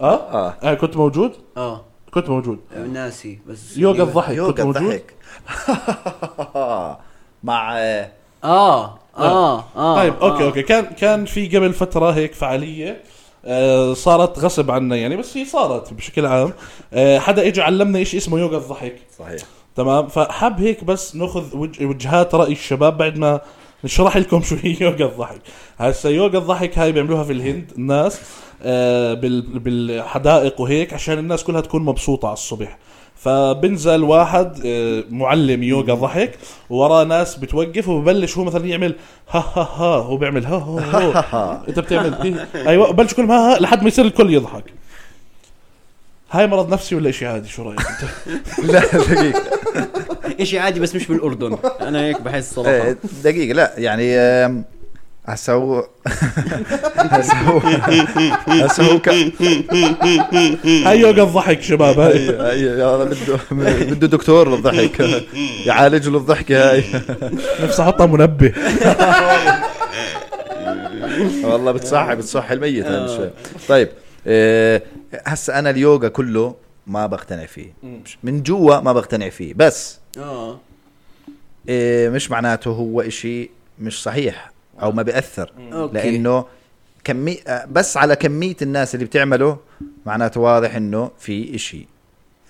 Speaker 1: اه,
Speaker 2: اه
Speaker 1: آه كنت موجود
Speaker 3: اه
Speaker 1: كنت موجود
Speaker 3: ناسي بس
Speaker 1: يوغا الضحك كنت
Speaker 2: يوغا
Speaker 1: موجود
Speaker 2: الضحك <laughs> مع آه،
Speaker 3: اه اه اه
Speaker 1: طيب اوكي
Speaker 3: آه.
Speaker 1: اوكي كان كان في قبل فتره هيك فعاليه آه، صارت غصب عنا يعني بس هي صارت بشكل عام آه، حدا اجى علمنا ايش اسمه يوغا الضحك
Speaker 2: صحيح
Speaker 1: تمام فحب هيك بس ناخذ وج- وجهات راي الشباب بعد ما نشرح لكم <laughs> شو هي يوغا الضحك هسا يوغا الضحك هاي بيعملوها في الهند الناس آه، بال- بالحدائق وهيك عشان الناس كلها تكون مبسوطه على الصبح فبنزل واحد آه، معلم يوغا ضحك وراه ناس بتوقف وببلش هو مثلا يعمل ها ها ها هو بيعمل <laughs> ها هو هو انت بتعمل إيه؟ ايوه ببلش كلهم ها ها لحد ما يصير الكل يضحك هاي مرض نفسي ولا شيء عادي شو رايك انت؟
Speaker 2: <laughs> لا
Speaker 1: <laughs>
Speaker 2: دقيقة
Speaker 3: اشي عادي بس مش بالاردن انا هيك بحس صراحه
Speaker 2: إيه، دقيقة لا يعني آم، هسا هو هسا هو هسا هو ك-
Speaker 1: <laughs> هاي يوغا الضحك شباب هاي
Speaker 2: أي- أي- هذا بده بده دكتور
Speaker 1: <laughs>
Speaker 2: للضحك يعالج له الضحكة هاي
Speaker 1: نفسي احطها منبه
Speaker 2: والله بتصحي بتصحي الميت هذا الشيء طيب آه، هسا انا اليوغا كله ما بقتنع فيه من جوا ما بقتنع فيه بس
Speaker 3: اه
Speaker 2: آه، مش معناته هو إشي مش صحيح او ما بياثر
Speaker 3: أوكي.
Speaker 2: لانه كمي آه، بس على كميه الناس اللي بتعمله معناته واضح انه في إشي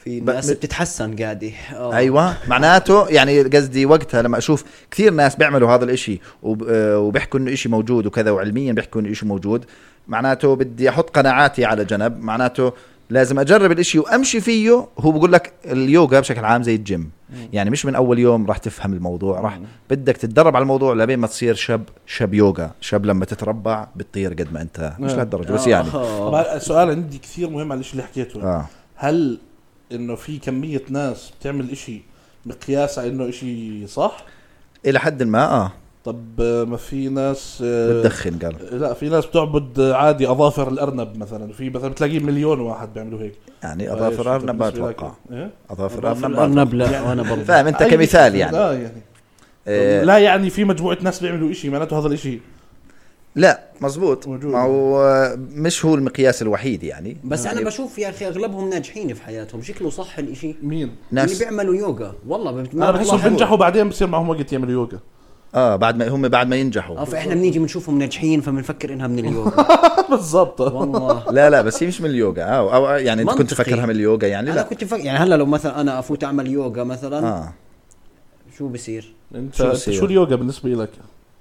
Speaker 3: في
Speaker 2: ب-
Speaker 3: ناس
Speaker 2: ب-
Speaker 3: بتتحسن قاعده اه
Speaker 1: أيوة.
Speaker 2: ايوه معناته يعني قصدي وقتها لما اشوف كثير ناس بيعملوا هذا الاشي وب- آه، وبيحكوا انه اشي موجود وكذا وعلميا بيحكوا انه اشي موجود معناته بدي احط قناعاتي على جنب معناته لازم اجرب الاشي وامشي فيه هو بقول لك اليوغا بشكل عام زي الجيم يعني مش من اول يوم راح تفهم الموضوع راح بدك تتدرب على الموضوع لبين ما تصير شاب شاب يوغا شاب لما تتربع بتطير قد ما انت مش
Speaker 1: آه.
Speaker 2: لهالدرجه بس يعني
Speaker 1: طب
Speaker 3: آه.
Speaker 1: هلا سؤال عندي كثير مهم على الشيء اللي حكيته
Speaker 2: اه
Speaker 1: هل انه في كميه ناس بتعمل إشي مقياس على انه إشي صح
Speaker 2: الى حد ما اه
Speaker 1: طب آه، ما في ناس آه،
Speaker 2: بتدخن قال
Speaker 1: لا في ناس بتعبد آه، عادي اظافر الارنب مثلا في مثلا بتلاقيه مليون واحد بيعملوا هيك
Speaker 2: يعني اظافر
Speaker 1: فإيش؟
Speaker 2: ارنب ما
Speaker 1: أيوة، بالنسبة
Speaker 2: اتوقع
Speaker 1: لك- إيه؟
Speaker 2: اظافر
Speaker 3: في
Speaker 2: ارنب ما
Speaker 3: الارنب لا وانا
Speaker 2: أتوقع.
Speaker 3: برضه
Speaker 2: فاهم انت
Speaker 1: أي
Speaker 2: كمثال
Speaker 1: شيء.
Speaker 2: يعني
Speaker 1: اه يعني
Speaker 2: آه،
Speaker 1: لا يعني في مجموعه ناس بيعملوا إشي معناته هذا الإشي
Speaker 2: لا مزبوط
Speaker 1: موجود.
Speaker 2: ما هو آه، مش هو المقياس الوحيد يعني
Speaker 3: بس انا
Speaker 2: يعني
Speaker 3: بشوف يا اخي اغلبهم ناجحين في حياتهم شكله صح الاشي
Speaker 1: مين
Speaker 3: اللي
Speaker 2: ناس
Speaker 3: بيعملوا يوغا والله بت- ما
Speaker 1: انا بحسهم
Speaker 3: بتلاحظ.
Speaker 1: بينجحوا بعدين بصير معهم وقت يعملوا يوجا
Speaker 2: اه بعد ما هم بعد ما ينجحوا
Speaker 3: اه فاحنا بنيجي بنشوفهم ناجحين فبنفكر انها من
Speaker 2: <laughs>
Speaker 3: اليوغا
Speaker 1: <laughs> بالضبط
Speaker 3: والله
Speaker 2: لا لا بس هي مش من اليوغا او, أو يعني انت كنت
Speaker 3: منطقي.
Speaker 2: تفكرها من اليوغا يعني
Speaker 3: انا
Speaker 2: لا
Speaker 3: كنت فكر يعني هلا لو مثلا انا افوت اعمل يوغا مثلا
Speaker 2: اه
Speaker 3: شو بصير؟
Speaker 1: انت
Speaker 2: شو
Speaker 1: انت
Speaker 2: بصير؟
Speaker 1: شو اليوجا بالنسبه لك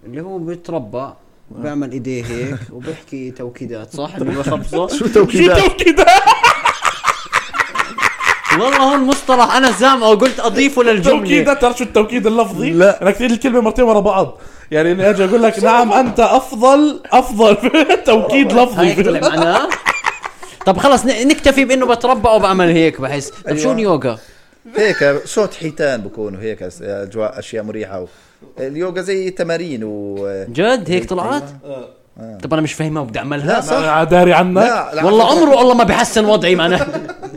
Speaker 3: اللي هو بيتربى
Speaker 2: آه.
Speaker 3: بيعمل ايديه هيك وبيحكي توكيدات صح؟ اللي هو خبزه
Speaker 2: شو توكيدات
Speaker 1: توكيدات
Speaker 3: والله هون مصطلح انا زامه وقلت اضيفه للجمله
Speaker 1: توكيدات تعرف شو التوكيد اللفظي
Speaker 2: لا.
Speaker 1: انا كثير الكلمه مرتين ورا بعض يعني اني اجي اقول لك نعم انت افضل افضل <laughs>
Speaker 3: هاي
Speaker 1: توكيد <laughs>
Speaker 3: طلع
Speaker 1: لفظي
Speaker 3: معناه طب خلص ن- نكتفي بانه بتربى وبعمل هيك بحس طب شو
Speaker 2: أيوة.
Speaker 3: اليوغا؟
Speaker 2: هيك صوت حيتان بكونوا هيك أس- اجواء اشياء مريحه و... اليوغا زي تمارين و
Speaker 3: جد هيك طلعت؟ طب انا مش فاهمها وبدي
Speaker 2: أيوة. أه. لا
Speaker 3: اعملها
Speaker 2: صح
Speaker 1: انا داري عنك
Speaker 2: لا لا
Speaker 3: والله عمره الله ما بيحسن وضعي معناه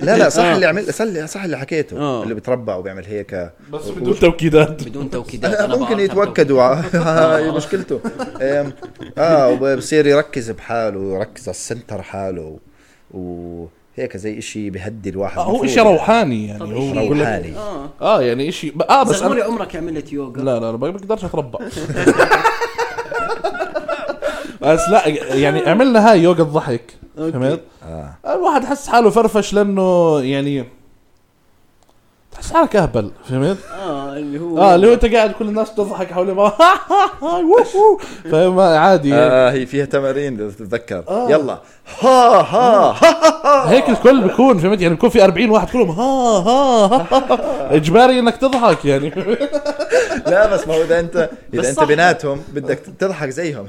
Speaker 2: لا لا صح
Speaker 3: آه.
Speaker 2: اللي عمل صح اللي, صح اللي حكيته
Speaker 3: آه.
Speaker 2: اللي بيتربع وبيعمل هيك
Speaker 1: بس بدون توكيدات
Speaker 3: <laughs> بدون توكيدات
Speaker 2: لا
Speaker 3: أنا
Speaker 2: ممكن
Speaker 3: بعرفها
Speaker 2: يتوكدوا <laughs> هاي مشكلته أم، اه وبصير يركز بحاله ويركز على السنتر حاله وهيك زي اشي بهدي الواحد
Speaker 1: آه، هو
Speaker 2: المفروض
Speaker 1: شيء روحاني يعني
Speaker 3: طب
Speaker 1: هو
Speaker 3: إشي
Speaker 1: بقول لك
Speaker 2: روحاني
Speaker 3: اه
Speaker 1: اه يعني شيء اه بس
Speaker 3: زغوري
Speaker 1: أنا...
Speaker 3: عمرك عملت يوغا
Speaker 1: لا لا لا ما بقدرش اتربع <laughs> بس لا يعني عملنا هاي يوجا الضحك فهمت؟
Speaker 2: آه.
Speaker 1: الواحد حس حاله فرفش لانه يعني تحس حالك اهبل فهمت؟
Speaker 3: اه اللي هو
Speaker 1: اه اللي هو انت قاعد كل الناس بتضحك حوالي ما <laughs> فاهم عادي
Speaker 2: آه هي فيها تمارين اذا تتذكر
Speaker 1: آه.
Speaker 2: يلا ها ها ها
Speaker 1: هيك الكل بيكون فهمت يعني بيكون في 40 واحد كلهم ها ها, ها اجباري انك تضحك يعني
Speaker 2: لا بس ما هو <laughs> اذا انت
Speaker 3: بس
Speaker 2: اذا انت
Speaker 3: صح.
Speaker 2: بيناتهم بدك تضحك زيهم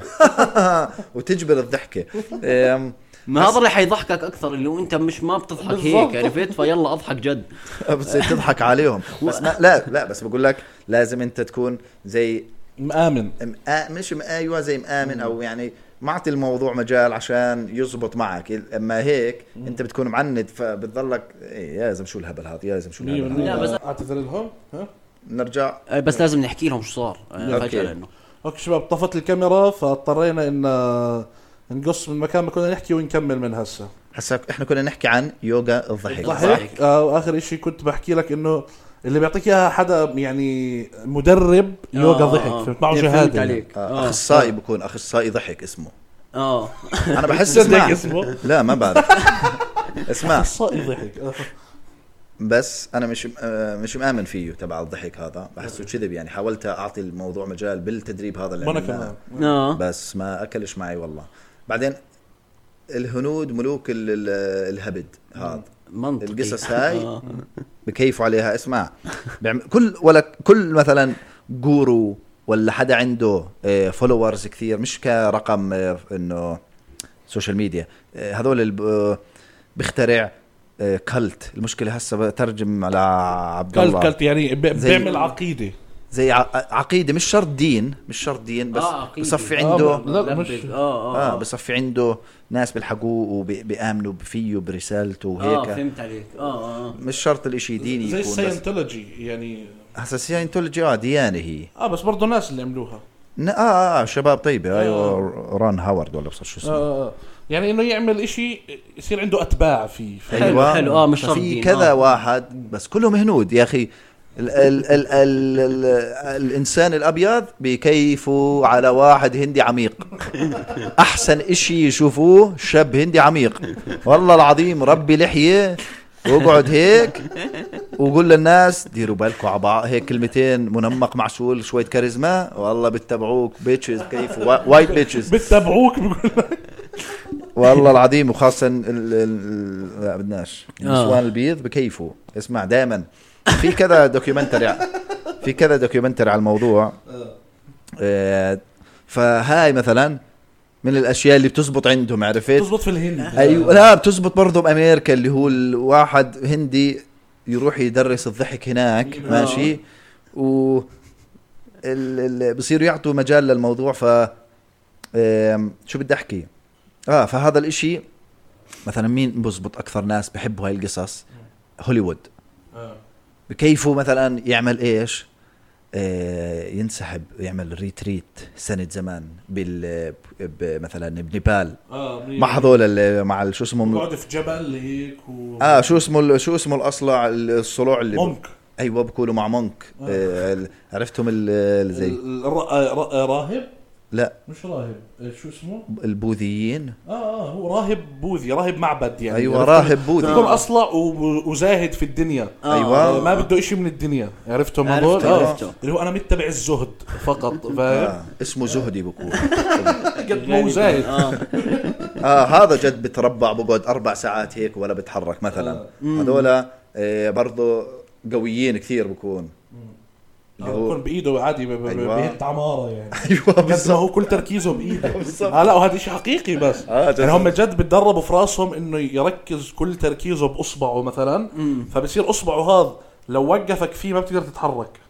Speaker 2: <laughs> وتجبر الضحكه أم،
Speaker 3: ما هذا اللي حيضحكك اكثر اللي هو انت مش ما بتضحك هيك عرفت فيلا اضحك جد
Speaker 2: بتصير تضحك <laughs> عليهم بس ما لا لا بس بقول لك لازم انت تكون زي
Speaker 1: مآمن
Speaker 2: مآ مش مآ- ايوه زي مآمن او يعني معطي الموضوع مجال عشان يزبط معك اما هيك انت بتكون معند فبتضلك ايه يا زلمه شو الهبل هذا يا زلمه شو الهبل هذا
Speaker 3: لا، بس-
Speaker 1: اعتذر لهم ها
Speaker 2: نرجع
Speaker 3: آه، بس لازم نحكي لهم شو صار آه،
Speaker 2: أوكي.
Speaker 3: فجاه لانه
Speaker 1: اوكي شباب طفت الكاميرا فاضطرينا ان آه، نقص من مكان ما كنا نحكي ونكمل من هسه
Speaker 2: هسا احنا كنا نحكي عن يوغا الضحك صح؟
Speaker 1: ضحك آه واخر شيء كنت بحكي لك انه اللي بيعطيك اياها حدا يعني مدرب يوجا
Speaker 3: آه،
Speaker 1: ضحك
Speaker 3: آه.
Speaker 1: فهمت معه
Speaker 3: فهمت
Speaker 1: شهاده <laughs> يعني.
Speaker 3: عليك
Speaker 2: آه،
Speaker 3: اه
Speaker 2: اخصائي بكون اخصائي ضحك اسمه <laughs>
Speaker 3: اه
Speaker 2: انا بحس
Speaker 1: صدق
Speaker 2: اسمع
Speaker 1: اسمه؟
Speaker 2: لا ما بعرف <laughs> اسمع
Speaker 1: اخصائي ضحك آه.
Speaker 2: بس انا مش آه، مش مآمن فيه تبع الضحك هذا بحسه كذب يعني حاولت اعطي الموضوع مجال بالتدريب هذا اللي
Speaker 1: وانا
Speaker 2: عملناه.
Speaker 1: كمان
Speaker 3: اه
Speaker 2: بس ما اكلش معي والله بعدين الهنود ملوك ال- ال- الهبد هذا
Speaker 3: منطقي
Speaker 2: القصص هاي.
Speaker 3: آه.
Speaker 2: بكيفوا عليها اسمع بيعمل كل ولا كل مثلا جورو ولا حدا عنده فولورز كثير مش كرقم آه، انه سوشيال ميديا آه، هذول اللي ب- آه، بيخترع كلت المشكله هسه بترجم على عبد
Speaker 1: كلت
Speaker 2: الله
Speaker 1: كلت يعني ب-
Speaker 2: زي-
Speaker 1: بيعمل عقيده
Speaker 2: زي ع- عقيده مش شرط دين مش شرط دين بس
Speaker 3: آه، عقيدة.
Speaker 2: بصفي
Speaker 1: آه،
Speaker 2: عنده
Speaker 1: لا، مش- آه،
Speaker 3: لبد. اه
Speaker 2: اه
Speaker 3: اه
Speaker 2: بصفي عنده ناس بيلحقوه وبيامنوا فيه برسالته
Speaker 3: اه
Speaker 2: وهيك
Speaker 3: فهمت عليك اه اه
Speaker 2: مش شرط الاشي ديني
Speaker 1: آه، زي
Speaker 2: يكون بس
Speaker 1: الساينتولوجي يعني
Speaker 2: هسا ساينتولوجي اه ديانه هي
Speaker 1: اه بس برضه ناس اللي عملوها
Speaker 2: ن- آه, اه اه شباب طيبه ايوه
Speaker 1: آه.
Speaker 2: ران هاورد ولا بصر شو
Speaker 1: آه،
Speaker 2: اسمه
Speaker 1: آه آه. يعني انه يعمل إشي يصير عنده اتباع فيه
Speaker 3: حلو،
Speaker 2: أيوة.
Speaker 3: حلو، آه، مش شرط
Speaker 2: في
Speaker 3: دين،
Speaker 2: كذا
Speaker 3: آه.
Speaker 2: واحد بس كلهم هنود يا اخي ال ال ال ال ال الانسان الابيض بكيفوا على واحد هندي عميق احسن اشي يشوفوه شاب هندي عميق والله العظيم ربي لحيه واقعد هيك وقول للناس ديروا بالكم على بعض هيك كلمتين منمق معسول شويه كاريزما والله بتتبعوك بيتشز كيف وايت بيتشز
Speaker 1: بتتابعوك بقول لك
Speaker 2: والله العظيم وخاصه ال- ال- ال- لا بدناش النسوان البيض بكيفوا اسمع دائما في كذا دوكيومنتري ع- في كذا دوكيومنتري على الموضوع آه، فهاي مثلا من الاشياء اللي بتزبط عندهم عرفت
Speaker 1: بتزبط في الهند
Speaker 2: ايوه لا بتزبط برضه بامريكا اللي هو الواحد هندي يروح يدرس الضحك هناك
Speaker 1: آه.
Speaker 2: ماشي و ال... ال... بصيروا يعطوا مجال للموضوع ف آم، شو بدي احكي اه فهذا الاشي مثلا مين بزبط اكثر ناس بحبوا هاي القصص هوليوود
Speaker 1: آه.
Speaker 2: بكيفه مثلا يعمل ايش آه، ينسحب يعمل ريتريت سنه زمان بال ب- مثلا بنيبال
Speaker 1: اه
Speaker 2: مع هذول اللي- مع ال- شو اسمهم
Speaker 1: بقعد في جبل هيك و
Speaker 2: اه شو اسمه ال- شو اسمه الاصلع ال- الصلوع اللي ب...
Speaker 1: مونك
Speaker 2: ايوه بقولوا مع مونك
Speaker 1: آه.
Speaker 2: آه. ال- عرفتهم ال- ال- زي
Speaker 1: ال- الر- آه، ر- آه، راهب
Speaker 2: لا
Speaker 1: مش راهب آه، شو اسمه
Speaker 2: البوذيين
Speaker 1: اه اه هو راهب بوذي راهب معبد يعني
Speaker 2: ايوه
Speaker 1: عرفتهم-
Speaker 2: راهب
Speaker 1: بيكون
Speaker 2: بوذي
Speaker 1: اصلع و- وزاهد في الدنيا
Speaker 3: آه.
Speaker 2: أيوة.
Speaker 1: ما بده إشي من الدنيا عرفتهم
Speaker 3: عرفته،
Speaker 1: هذول
Speaker 3: عرفته.
Speaker 1: اللي هو انا متبع الزهد
Speaker 2: <laughs>
Speaker 1: فقط فاهم
Speaker 2: آه. اسمه زهدي <laughs> بقول
Speaker 1: قد ما هو زاهد
Speaker 3: اه
Speaker 2: اه هذا جد بتربع بقعد اربع ساعات هيك ولا بتحرك مثلا هذولا آه برضه قويين كثير بكون <laughs> اللي هو-
Speaker 1: بيكون بايده عادي ب- ب-
Speaker 2: أيوة.
Speaker 1: بيهد عماره يعني
Speaker 2: ايوه
Speaker 1: قد ما
Speaker 2: بالضبط
Speaker 1: هو كل تركيزه بايده
Speaker 2: <laughs> بالضبط.
Speaker 1: آه لا وهذا شيء حقيقي بس
Speaker 2: آه، جد.
Speaker 1: يعني هم جد بتدربوا في راسهم انه يركز كل تركيزه باصبعه مثلا فبصير اصبعه هذا لو وقفك فيه ما بتقدر تتحرك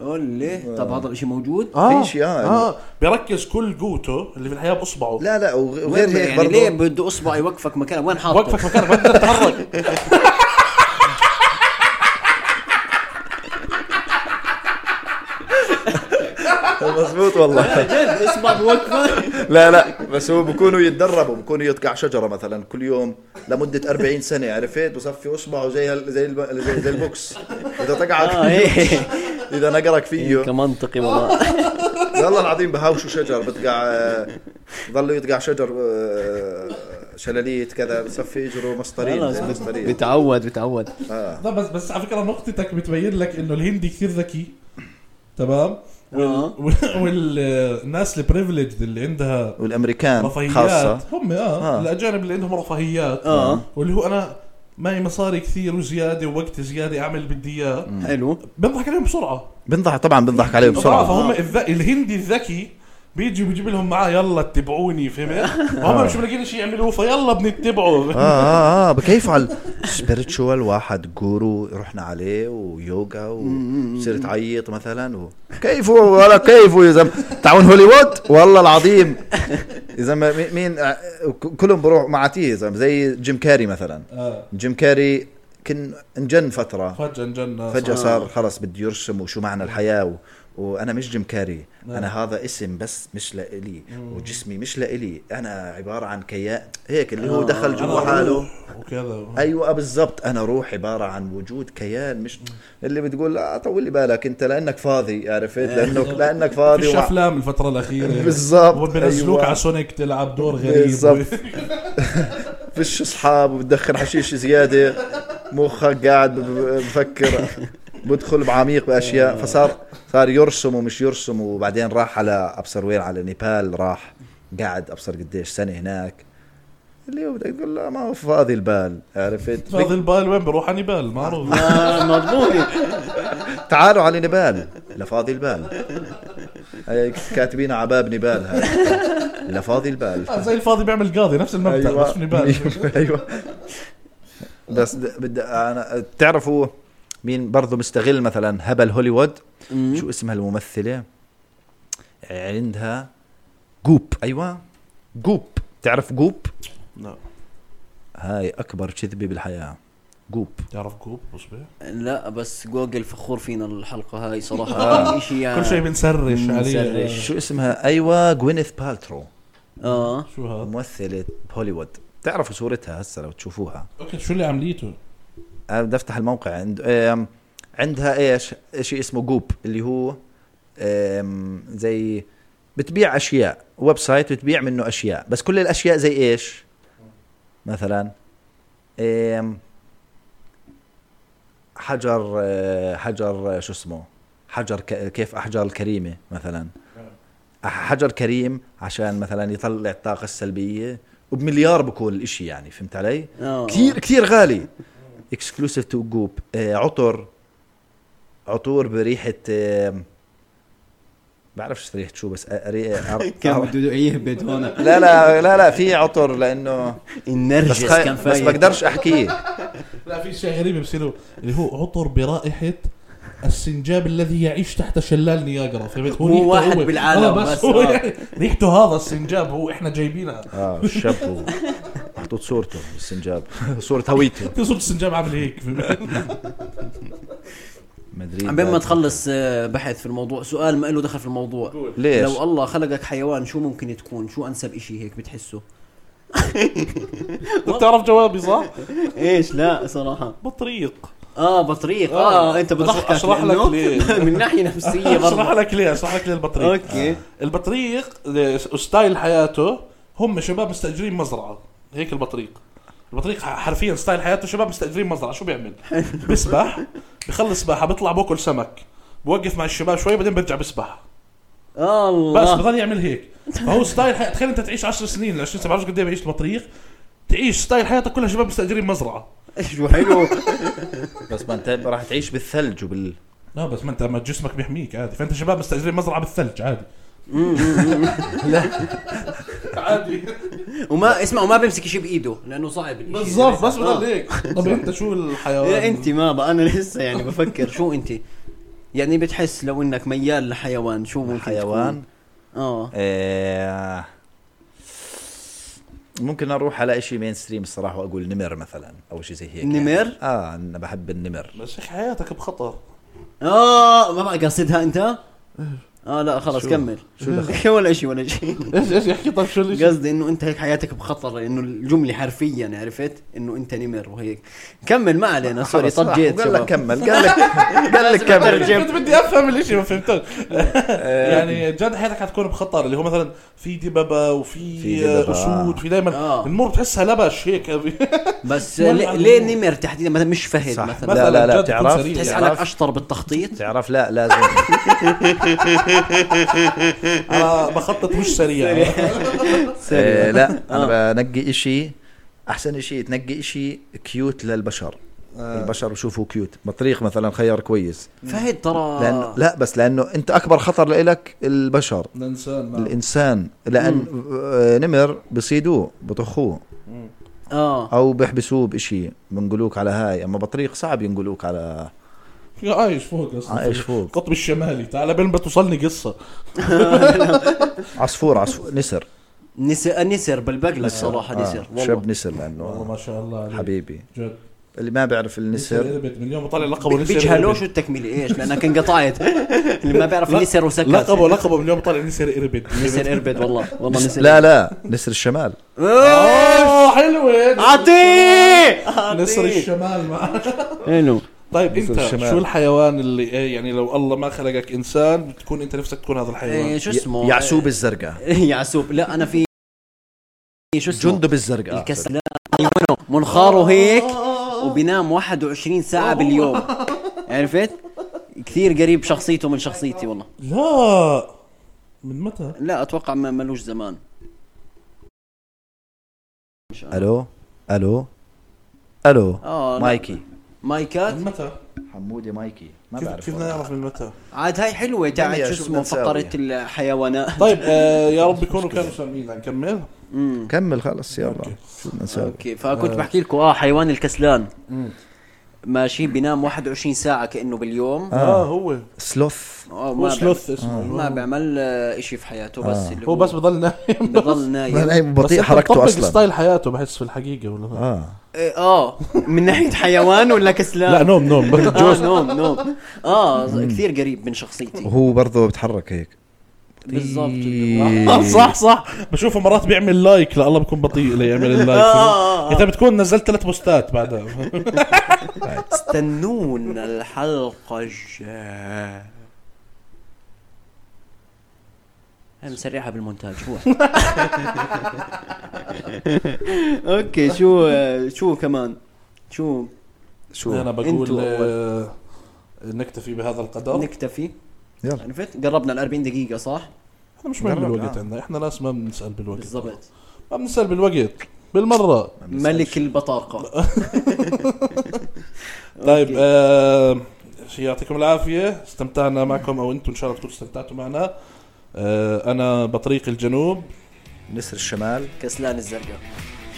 Speaker 3: قول لي طب هذا الشيء موجود
Speaker 1: اه
Speaker 2: في شيء، آه.
Speaker 1: اه بيركز كل قوته اللي في الحياه باصبعه
Speaker 2: لا لا وغ- وغير
Speaker 3: وين-
Speaker 2: هيك
Speaker 3: يعني ليه
Speaker 2: <laughs> برضه
Speaker 3: بده اصبع يوقفك مكانه وين حاطه
Speaker 1: وقفك مكانك ما
Speaker 2: <laughs>
Speaker 1: بتقدر تتحرك
Speaker 2: مزبوط
Speaker 1: <laughs>
Speaker 2: والله
Speaker 3: جد اصبع
Speaker 2: <laughs>
Speaker 3: بوقفك
Speaker 2: لا لا بس هو بكونوا يتدربوا بكونوا يتقع شجره مثلا كل يوم لمده 40 سنه عرفت بصفي اصبعه زي هال- زي الب... زي, زي البوكس اذا تقعك
Speaker 3: اه ايه
Speaker 2: اذا نقرك
Speaker 3: إيه،
Speaker 2: فيه
Speaker 3: كمنطقي والله
Speaker 2: والله العظيم بهاوشوا شجر بتقع آه، ضلوا يتقع شجر آه، شلاليت كذا بصفي اجره مسطرين
Speaker 3: خلاص
Speaker 2: زي
Speaker 3: بت-
Speaker 2: مسطرين
Speaker 3: بتعود بتعود
Speaker 2: آه.
Speaker 1: لا بس بس على فكره نقطتك بتبين لك انه الهندي كثير ذكي تمام <laughs>
Speaker 3: آه.
Speaker 1: والناس البريفليجد اللي عندها
Speaker 2: والامريكان خاصه
Speaker 1: رفاهيات هم آه,
Speaker 2: آه.
Speaker 1: اه الاجانب اللي عندهم رفاهيات
Speaker 3: آه.
Speaker 1: واللي هو انا معي مصاري كثير وزياده ووقت زياده اعمل بدي اياه
Speaker 3: حلو
Speaker 1: بنضحك عليهم بسرعه
Speaker 2: بنضحك طبعا بنضحك عليه
Speaker 1: بسرعه
Speaker 2: بسرعه
Speaker 1: فهم الذ... الهندي الذكي بيجي بيجيب لهم معاه يلا اتبعوني فهمت؟
Speaker 2: آه.
Speaker 1: وهم مش لاقيين شيء يعملوه فيلا
Speaker 2: اه
Speaker 1: بنتبعه
Speaker 2: اه اه بكيف على سبيريتشوال واحد جورو رحنا عليه ويوغا وصير تعيط مثلا و... كيفه ولا كيفه يا زلمه تعاون هوليوود والله العظيم يا زلمه مي- مين آه، ك- كلهم بروح معتيه يا زلمه زي جيم كاري مثلا
Speaker 1: آه.
Speaker 2: جيم كاري كان انجن فتره
Speaker 1: فجاه انجنا
Speaker 2: فجاه صار خلص بده يرسم وشو معنى الحياه و... وانا مش جيم كاري انا هذا اسم بس مش لإلي وجسمي مش لإلي انا عباره عن كيان هيك اللي هو
Speaker 3: آه،
Speaker 2: دخل جوا حاله
Speaker 1: وكذا
Speaker 2: ايوه بالضبط انا روح عباره عن وجود كيان مش اللي بتقول لا طول لي بالك انت لانك فاضي عرفت لانك لانك فاضي
Speaker 1: فيش
Speaker 2: وع-
Speaker 1: افلام الفتره الاخيره
Speaker 2: أيوة، بالضبط،
Speaker 1: وبنزلوك
Speaker 2: أيوة.
Speaker 1: على سونيك تلعب دور غريب
Speaker 2: بالضبط. فيش اصحاب وبتدخن حشيش زياده مخك قاعد ب- ب- بفكر بدخل بعميق باشياء فصار صار يرسم ومش يرسم وبعدين راح على ابصر وين على نيبال راح قاعد ابصر قديش سنه هناك اللي هو بدك تقول لا ما هو فاضي البال عرفت
Speaker 1: <laughs> فاضي البال وين بروح على نيبال معروف
Speaker 3: آه، مضبوط
Speaker 2: تعالوا على نبال لفاضي البال هي كاتبين على باب نبال هاي. لفاضي البال
Speaker 1: آه، زي الفاضي بيعمل قاضي نفس المبدا
Speaker 2: أيوة.
Speaker 1: بس في نيبال
Speaker 2: <laughs> ايوه بس د- بدي انا بتعرفوا مين برضه مستغل مثلا هبل هوليوود شو اسمها الممثله عندها جوب ايوه جوب تعرف جوب
Speaker 1: لا
Speaker 2: هاي اكبر كذبه بالحياه جوب
Speaker 1: تعرف كوب بصبيح
Speaker 3: لا بس جوجل فخور فينا الحلقه هاي
Speaker 2: آه.
Speaker 3: آه، صراحه شيء
Speaker 1: كل شيء بنسرش عليه آه.
Speaker 3: بنسرش.
Speaker 2: شو اسمها ايوه جوينيث بالترو
Speaker 3: اه
Speaker 1: شو هذا
Speaker 2: ممثله هوليوود تعرفوا صورتها هسه لو تشوفوها
Speaker 1: اوكي شو اللي عمليته
Speaker 2: انا بدي افتح الموقع عند آم، عندها ايش شيء اسمه جوب اللي هو آم، زي بتبيع اشياء ويب سايت بتبيع منه اشياء بس كل الاشياء زي ايش مثلا آم، إيه، حجر آه، حجر آه، شو اسمه حجر ك- كيف احجار الكريمه مثلا حجر كريم عشان مثلا يطلع الطاقه السلبيه وبمليار بكون الاشي يعني فهمت علي؟
Speaker 3: آه.
Speaker 2: كثير كثير غالي اكسكلوسيف تو جوب إيه، عطر عطور بريحه آه، بعرفش ريحه شو بس آه، ري- آه،
Speaker 3: <laughs> كان بده يهبط هون
Speaker 2: لا لا لا لا في عطر لانه بس,
Speaker 3: النرجس
Speaker 2: خا-
Speaker 3: كان
Speaker 2: بس
Speaker 3: فايت
Speaker 2: بقدرش احكيه
Speaker 1: لا في شيء غريب بصيروا اللي هو عطر برائحه السنجاب الذي يعيش تحت شلال نياجرا فهمت
Speaker 3: هو
Speaker 1: ريحته
Speaker 3: واحد بالعالم
Speaker 1: آه بس,
Speaker 3: بس،
Speaker 1: هو
Speaker 3: آه.
Speaker 1: يعني ريحته هذا السنجاب هو احنا جايبينها
Speaker 2: اه شاب محطوط صورته <laughs> بالسنجاب صوره هويته
Speaker 1: صوت السنجاب عامل هيك
Speaker 3: <laughs>
Speaker 2: مدريد
Speaker 3: عم بين ما تخلص آه، بحث في الموضوع سؤال ما له دخل في الموضوع
Speaker 2: ليش؟
Speaker 3: لو الله خلقك حيوان شو ممكن تكون شو انسب اشي هيك بتحسه
Speaker 1: بتعرف جوابي صح؟
Speaker 3: ايش لا صراحه
Speaker 1: <laughs> بطريق
Speaker 3: اه بطريق اه,
Speaker 1: آه.
Speaker 3: انت بضحكك
Speaker 1: أشرح لك
Speaker 3: لأنه
Speaker 1: ليه.
Speaker 3: <laughs> من ناحيه نفسيه
Speaker 1: اشرح
Speaker 3: برضه
Speaker 1: لك ليه اشرح لك ليه البطريق
Speaker 3: اوكي
Speaker 1: البطريق ستايل حياته هم شباب مستاجرين مزرعه هيك البطريق البطريق حرفيا ستايل حياته شباب مستاجرين مزرعه شو بيعمل بيسبح بخلص سباحه بيطلع باكل سمك بوقف مع الشباب شوي بعدين برجع بسبح بس
Speaker 3: الله
Speaker 1: بضل يعمل هيك فهو ستايل حياته تخيل انت تعيش 10 سنين 20 سنه بعرفش قد ايه بعيش البطريق تعيش ستايل حياتك كلها شباب مستاجرين مزرعه
Speaker 3: شو حلو
Speaker 2: بس ما انت راح تعيش بالثلج وبال
Speaker 1: لا بس ما انت ما جسمك بيحميك عادي فانت شباب مستاجرين مزرعه بالثلج عادي <laughs> لا عادي
Speaker 3: وما اسمع وما بيمسك شيء بايده لانه صعب الإشي
Speaker 1: بالظبط
Speaker 3: زي
Speaker 1: بس
Speaker 3: هيك.
Speaker 1: بضل هيك طب انت شو الحيوان
Speaker 3: إيه آه. انت ما بقى انا لسه يعني بفكر شو انت يعني بتحس لو انك ميال لحيوان شو ممكن
Speaker 2: حيوان
Speaker 3: تكون؟ اه
Speaker 2: آه، ممكن اروح على شيء مين ستريم الصراحه واقول نمر مثلا او شيء زي هيك
Speaker 3: نمر؟
Speaker 2: يعني. اه انا بحب النمر
Speaker 1: بس شيخ حياتك بخطر
Speaker 3: اه ما بقى قصدها انت اه لا خلص كمل شو <laughs> ولا شيء ولا شيء
Speaker 1: ايش ايش يحكي طيب شو
Speaker 2: <laughs>
Speaker 1: اللي
Speaker 3: قصدي انه انت هيك حياتك بخطر انه الجمله حرفيا عرفت انه انت نمر وهيك كمل ما علينا سوري
Speaker 2: خلص، راح.
Speaker 3: طجيت
Speaker 2: قال لك
Speaker 3: شباب
Speaker 2: كمل قال
Speaker 3: <laughs>
Speaker 2: لك قال لك كمل آه،
Speaker 1: كنت بدي افهم الاشي ما فهمتوش يعني جد حياتك حتكون بخطر اللي هو مثلا في دببه
Speaker 2: في
Speaker 1: وفي
Speaker 2: دببة.
Speaker 1: اسود في دائما
Speaker 3: آه.
Speaker 1: النمور بتحسها لبش هيك <laughs>
Speaker 3: بس
Speaker 1: والله
Speaker 3: ليه,
Speaker 1: العظيم.
Speaker 3: ليه نمر تحديدا مثلا مش فهد
Speaker 2: صح لا
Speaker 3: مثلا
Speaker 2: لا
Speaker 1: مثلاً
Speaker 2: لا
Speaker 1: جد يكون
Speaker 2: بتعرف
Speaker 1: سريع.
Speaker 3: تحس
Speaker 2: بتعرف-
Speaker 3: حالك اشطر بالتخطيط
Speaker 2: بتعرف لا لازم
Speaker 1: انا بخطط مش سريع <laughs>
Speaker 2: آه
Speaker 3: <laughs>
Speaker 2: لا انا بنقي اشي احسن اشي تنقي اشي كيوت للبشر
Speaker 3: آه.
Speaker 2: البشر بشوفوا كيوت بطريق مثلا خيار كويس
Speaker 3: فهد ترى
Speaker 2: لأن لا بس لانه انت اكبر خطر لإلك البشر
Speaker 3: آه.
Speaker 1: الانسان نعم.
Speaker 2: الانسان لان آه، نمر بصيدوه بطخوه
Speaker 3: اه
Speaker 2: او بيحبسوه بإشي بنقلوك على هاي اما بطريق صعب ينقلوك على
Speaker 1: يا عايش فوق اصلا
Speaker 2: عايش فوق.
Speaker 1: القطب الشمالي تعال بين ما توصلني قصه
Speaker 2: عصفور عصفور نسر
Speaker 3: نسر نسر بالبقلة صراحة نسر
Speaker 2: آه. شاب
Speaker 3: والله
Speaker 2: نسر
Speaker 1: والله
Speaker 2: لانه
Speaker 1: ما شاء الله عليك
Speaker 2: حبيبي
Speaker 1: جد
Speaker 2: اللي ما بيعرف النسر
Speaker 1: قربت من يوم طلع لقبه نسر
Speaker 3: بيجهلوه
Speaker 1: قربت.
Speaker 3: شو التكملة ايش
Speaker 2: <laughs>
Speaker 3: لأنك انقطعت اللي ما بيعرف
Speaker 1: لا،
Speaker 3: نسر وسكت
Speaker 1: لقبه لقبه من يوم طلع نسر قربت <laughs>
Speaker 3: نسر اربد والله والله نسر
Speaker 2: لا آه، لا نسر الشمال
Speaker 1: اوه حلوه
Speaker 3: عطيه
Speaker 1: نسر الشمال معك
Speaker 3: حلو
Speaker 1: طيب
Speaker 2: نسر
Speaker 1: انت
Speaker 2: الشمال.
Speaker 1: شو الحيوان اللي إيه يعني لو الله ما خلقك انسان بتكون انت نفسك تكون هذا
Speaker 3: إيه،
Speaker 1: الحيوان
Speaker 3: شو اسمه
Speaker 2: يعسوب الزرقاء
Speaker 3: إيه، يعسوب لا أنا في شو اسمه
Speaker 2: جندب آه. الزرقاء
Speaker 3: الكسر لا منو منخاره هيك وبينام 21 ساعة
Speaker 2: <laughs>
Speaker 3: باليوم عرفت؟ كثير قريب شخصيته من شخصيتي والله
Speaker 1: لا من متى؟
Speaker 3: لا اتوقع ما ملوش زمان
Speaker 2: الو الو الو
Speaker 3: اه لا.
Speaker 2: مايكي
Speaker 3: مايكات
Speaker 1: من متى؟
Speaker 2: حمودي مايكي ما
Speaker 1: كيف
Speaker 2: بعرف
Speaker 1: كيف بدنا نعرف من متى؟
Speaker 3: عاد هاي حلوه تاعت
Speaker 2: يعني شو
Speaker 3: شو اسمه
Speaker 2: بدنا نساوي؟
Speaker 3: فقره الحيوانات
Speaker 1: طيب آه يا رب يكونوا كانوا سامعين نكمل
Speaker 3: امم
Speaker 2: كمل خلص يلا شو بدنا نسوي
Speaker 3: اوكي فكنت
Speaker 2: آه.
Speaker 3: بحكي لكم اه حيوان الكسلان ماشي بينام 21 ساعه كانه باليوم
Speaker 1: اه, آه هو
Speaker 2: سلوث
Speaker 3: اه
Speaker 1: هو
Speaker 3: ما
Speaker 1: سلوث
Speaker 3: بيعمل
Speaker 1: اسمه
Speaker 3: ما بيعمل آه، اشي في حياته بس اللي
Speaker 1: هو بس بضل نايم
Speaker 3: بضل نايم
Speaker 2: يعني بطيء
Speaker 1: <laughs> بس
Speaker 2: حركته
Speaker 1: بطبق
Speaker 2: اصلا
Speaker 1: ستايل حياته بحس في الحقيقه ولا لا؟
Speaker 2: اه
Speaker 3: إيه، اه من ناحيه حيوان ولا كسلان
Speaker 1: لا نوم <laughs> نوم
Speaker 3: آه نوم نوم اه كثير قريب من شخصيتي
Speaker 2: وهو برضه بتحرك هيك
Speaker 3: بالضبط
Speaker 1: آه، صح صح بشوفه مرات بيعمل لايك لا الله بكون بطيء ليعمل اللايك
Speaker 3: <laughs>
Speaker 1: <laughs>
Speaker 3: آه.
Speaker 1: انت بتكون نزلت ثلاث بوستات بعدها
Speaker 2: طيب.
Speaker 3: استنون الحلقه الجايه هاي مسرعها بالمونتاج هو <laughs> اوكي شو شو كمان شو
Speaker 2: شو
Speaker 1: <laughs> انا بقول
Speaker 3: انتوا أول.
Speaker 1: آه، نكتفي بهذا القدر
Speaker 3: نكتفي
Speaker 2: يلا
Speaker 3: عرفت قربنا ال 40 دقيقه صح
Speaker 1: احنا مش مهم
Speaker 2: جرب،
Speaker 1: الوقت
Speaker 2: آه.
Speaker 1: عندنا احنا ناس ما بنسال بالوقت
Speaker 3: بالضبط
Speaker 1: ما بنسال بالوقت بالمره
Speaker 3: ملك البطارقه
Speaker 1: طيب آه يعطيكم العافيه استمتعنا معكم او انتم ان شاء الله بتكونوا استمتعتوا معنا آه انا بطريق الجنوب
Speaker 2: نسر الشمال
Speaker 3: كسلان الزرقاء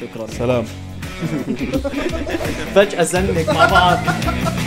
Speaker 3: شكرا
Speaker 1: سلام
Speaker 3: فجاه زنك مع بعض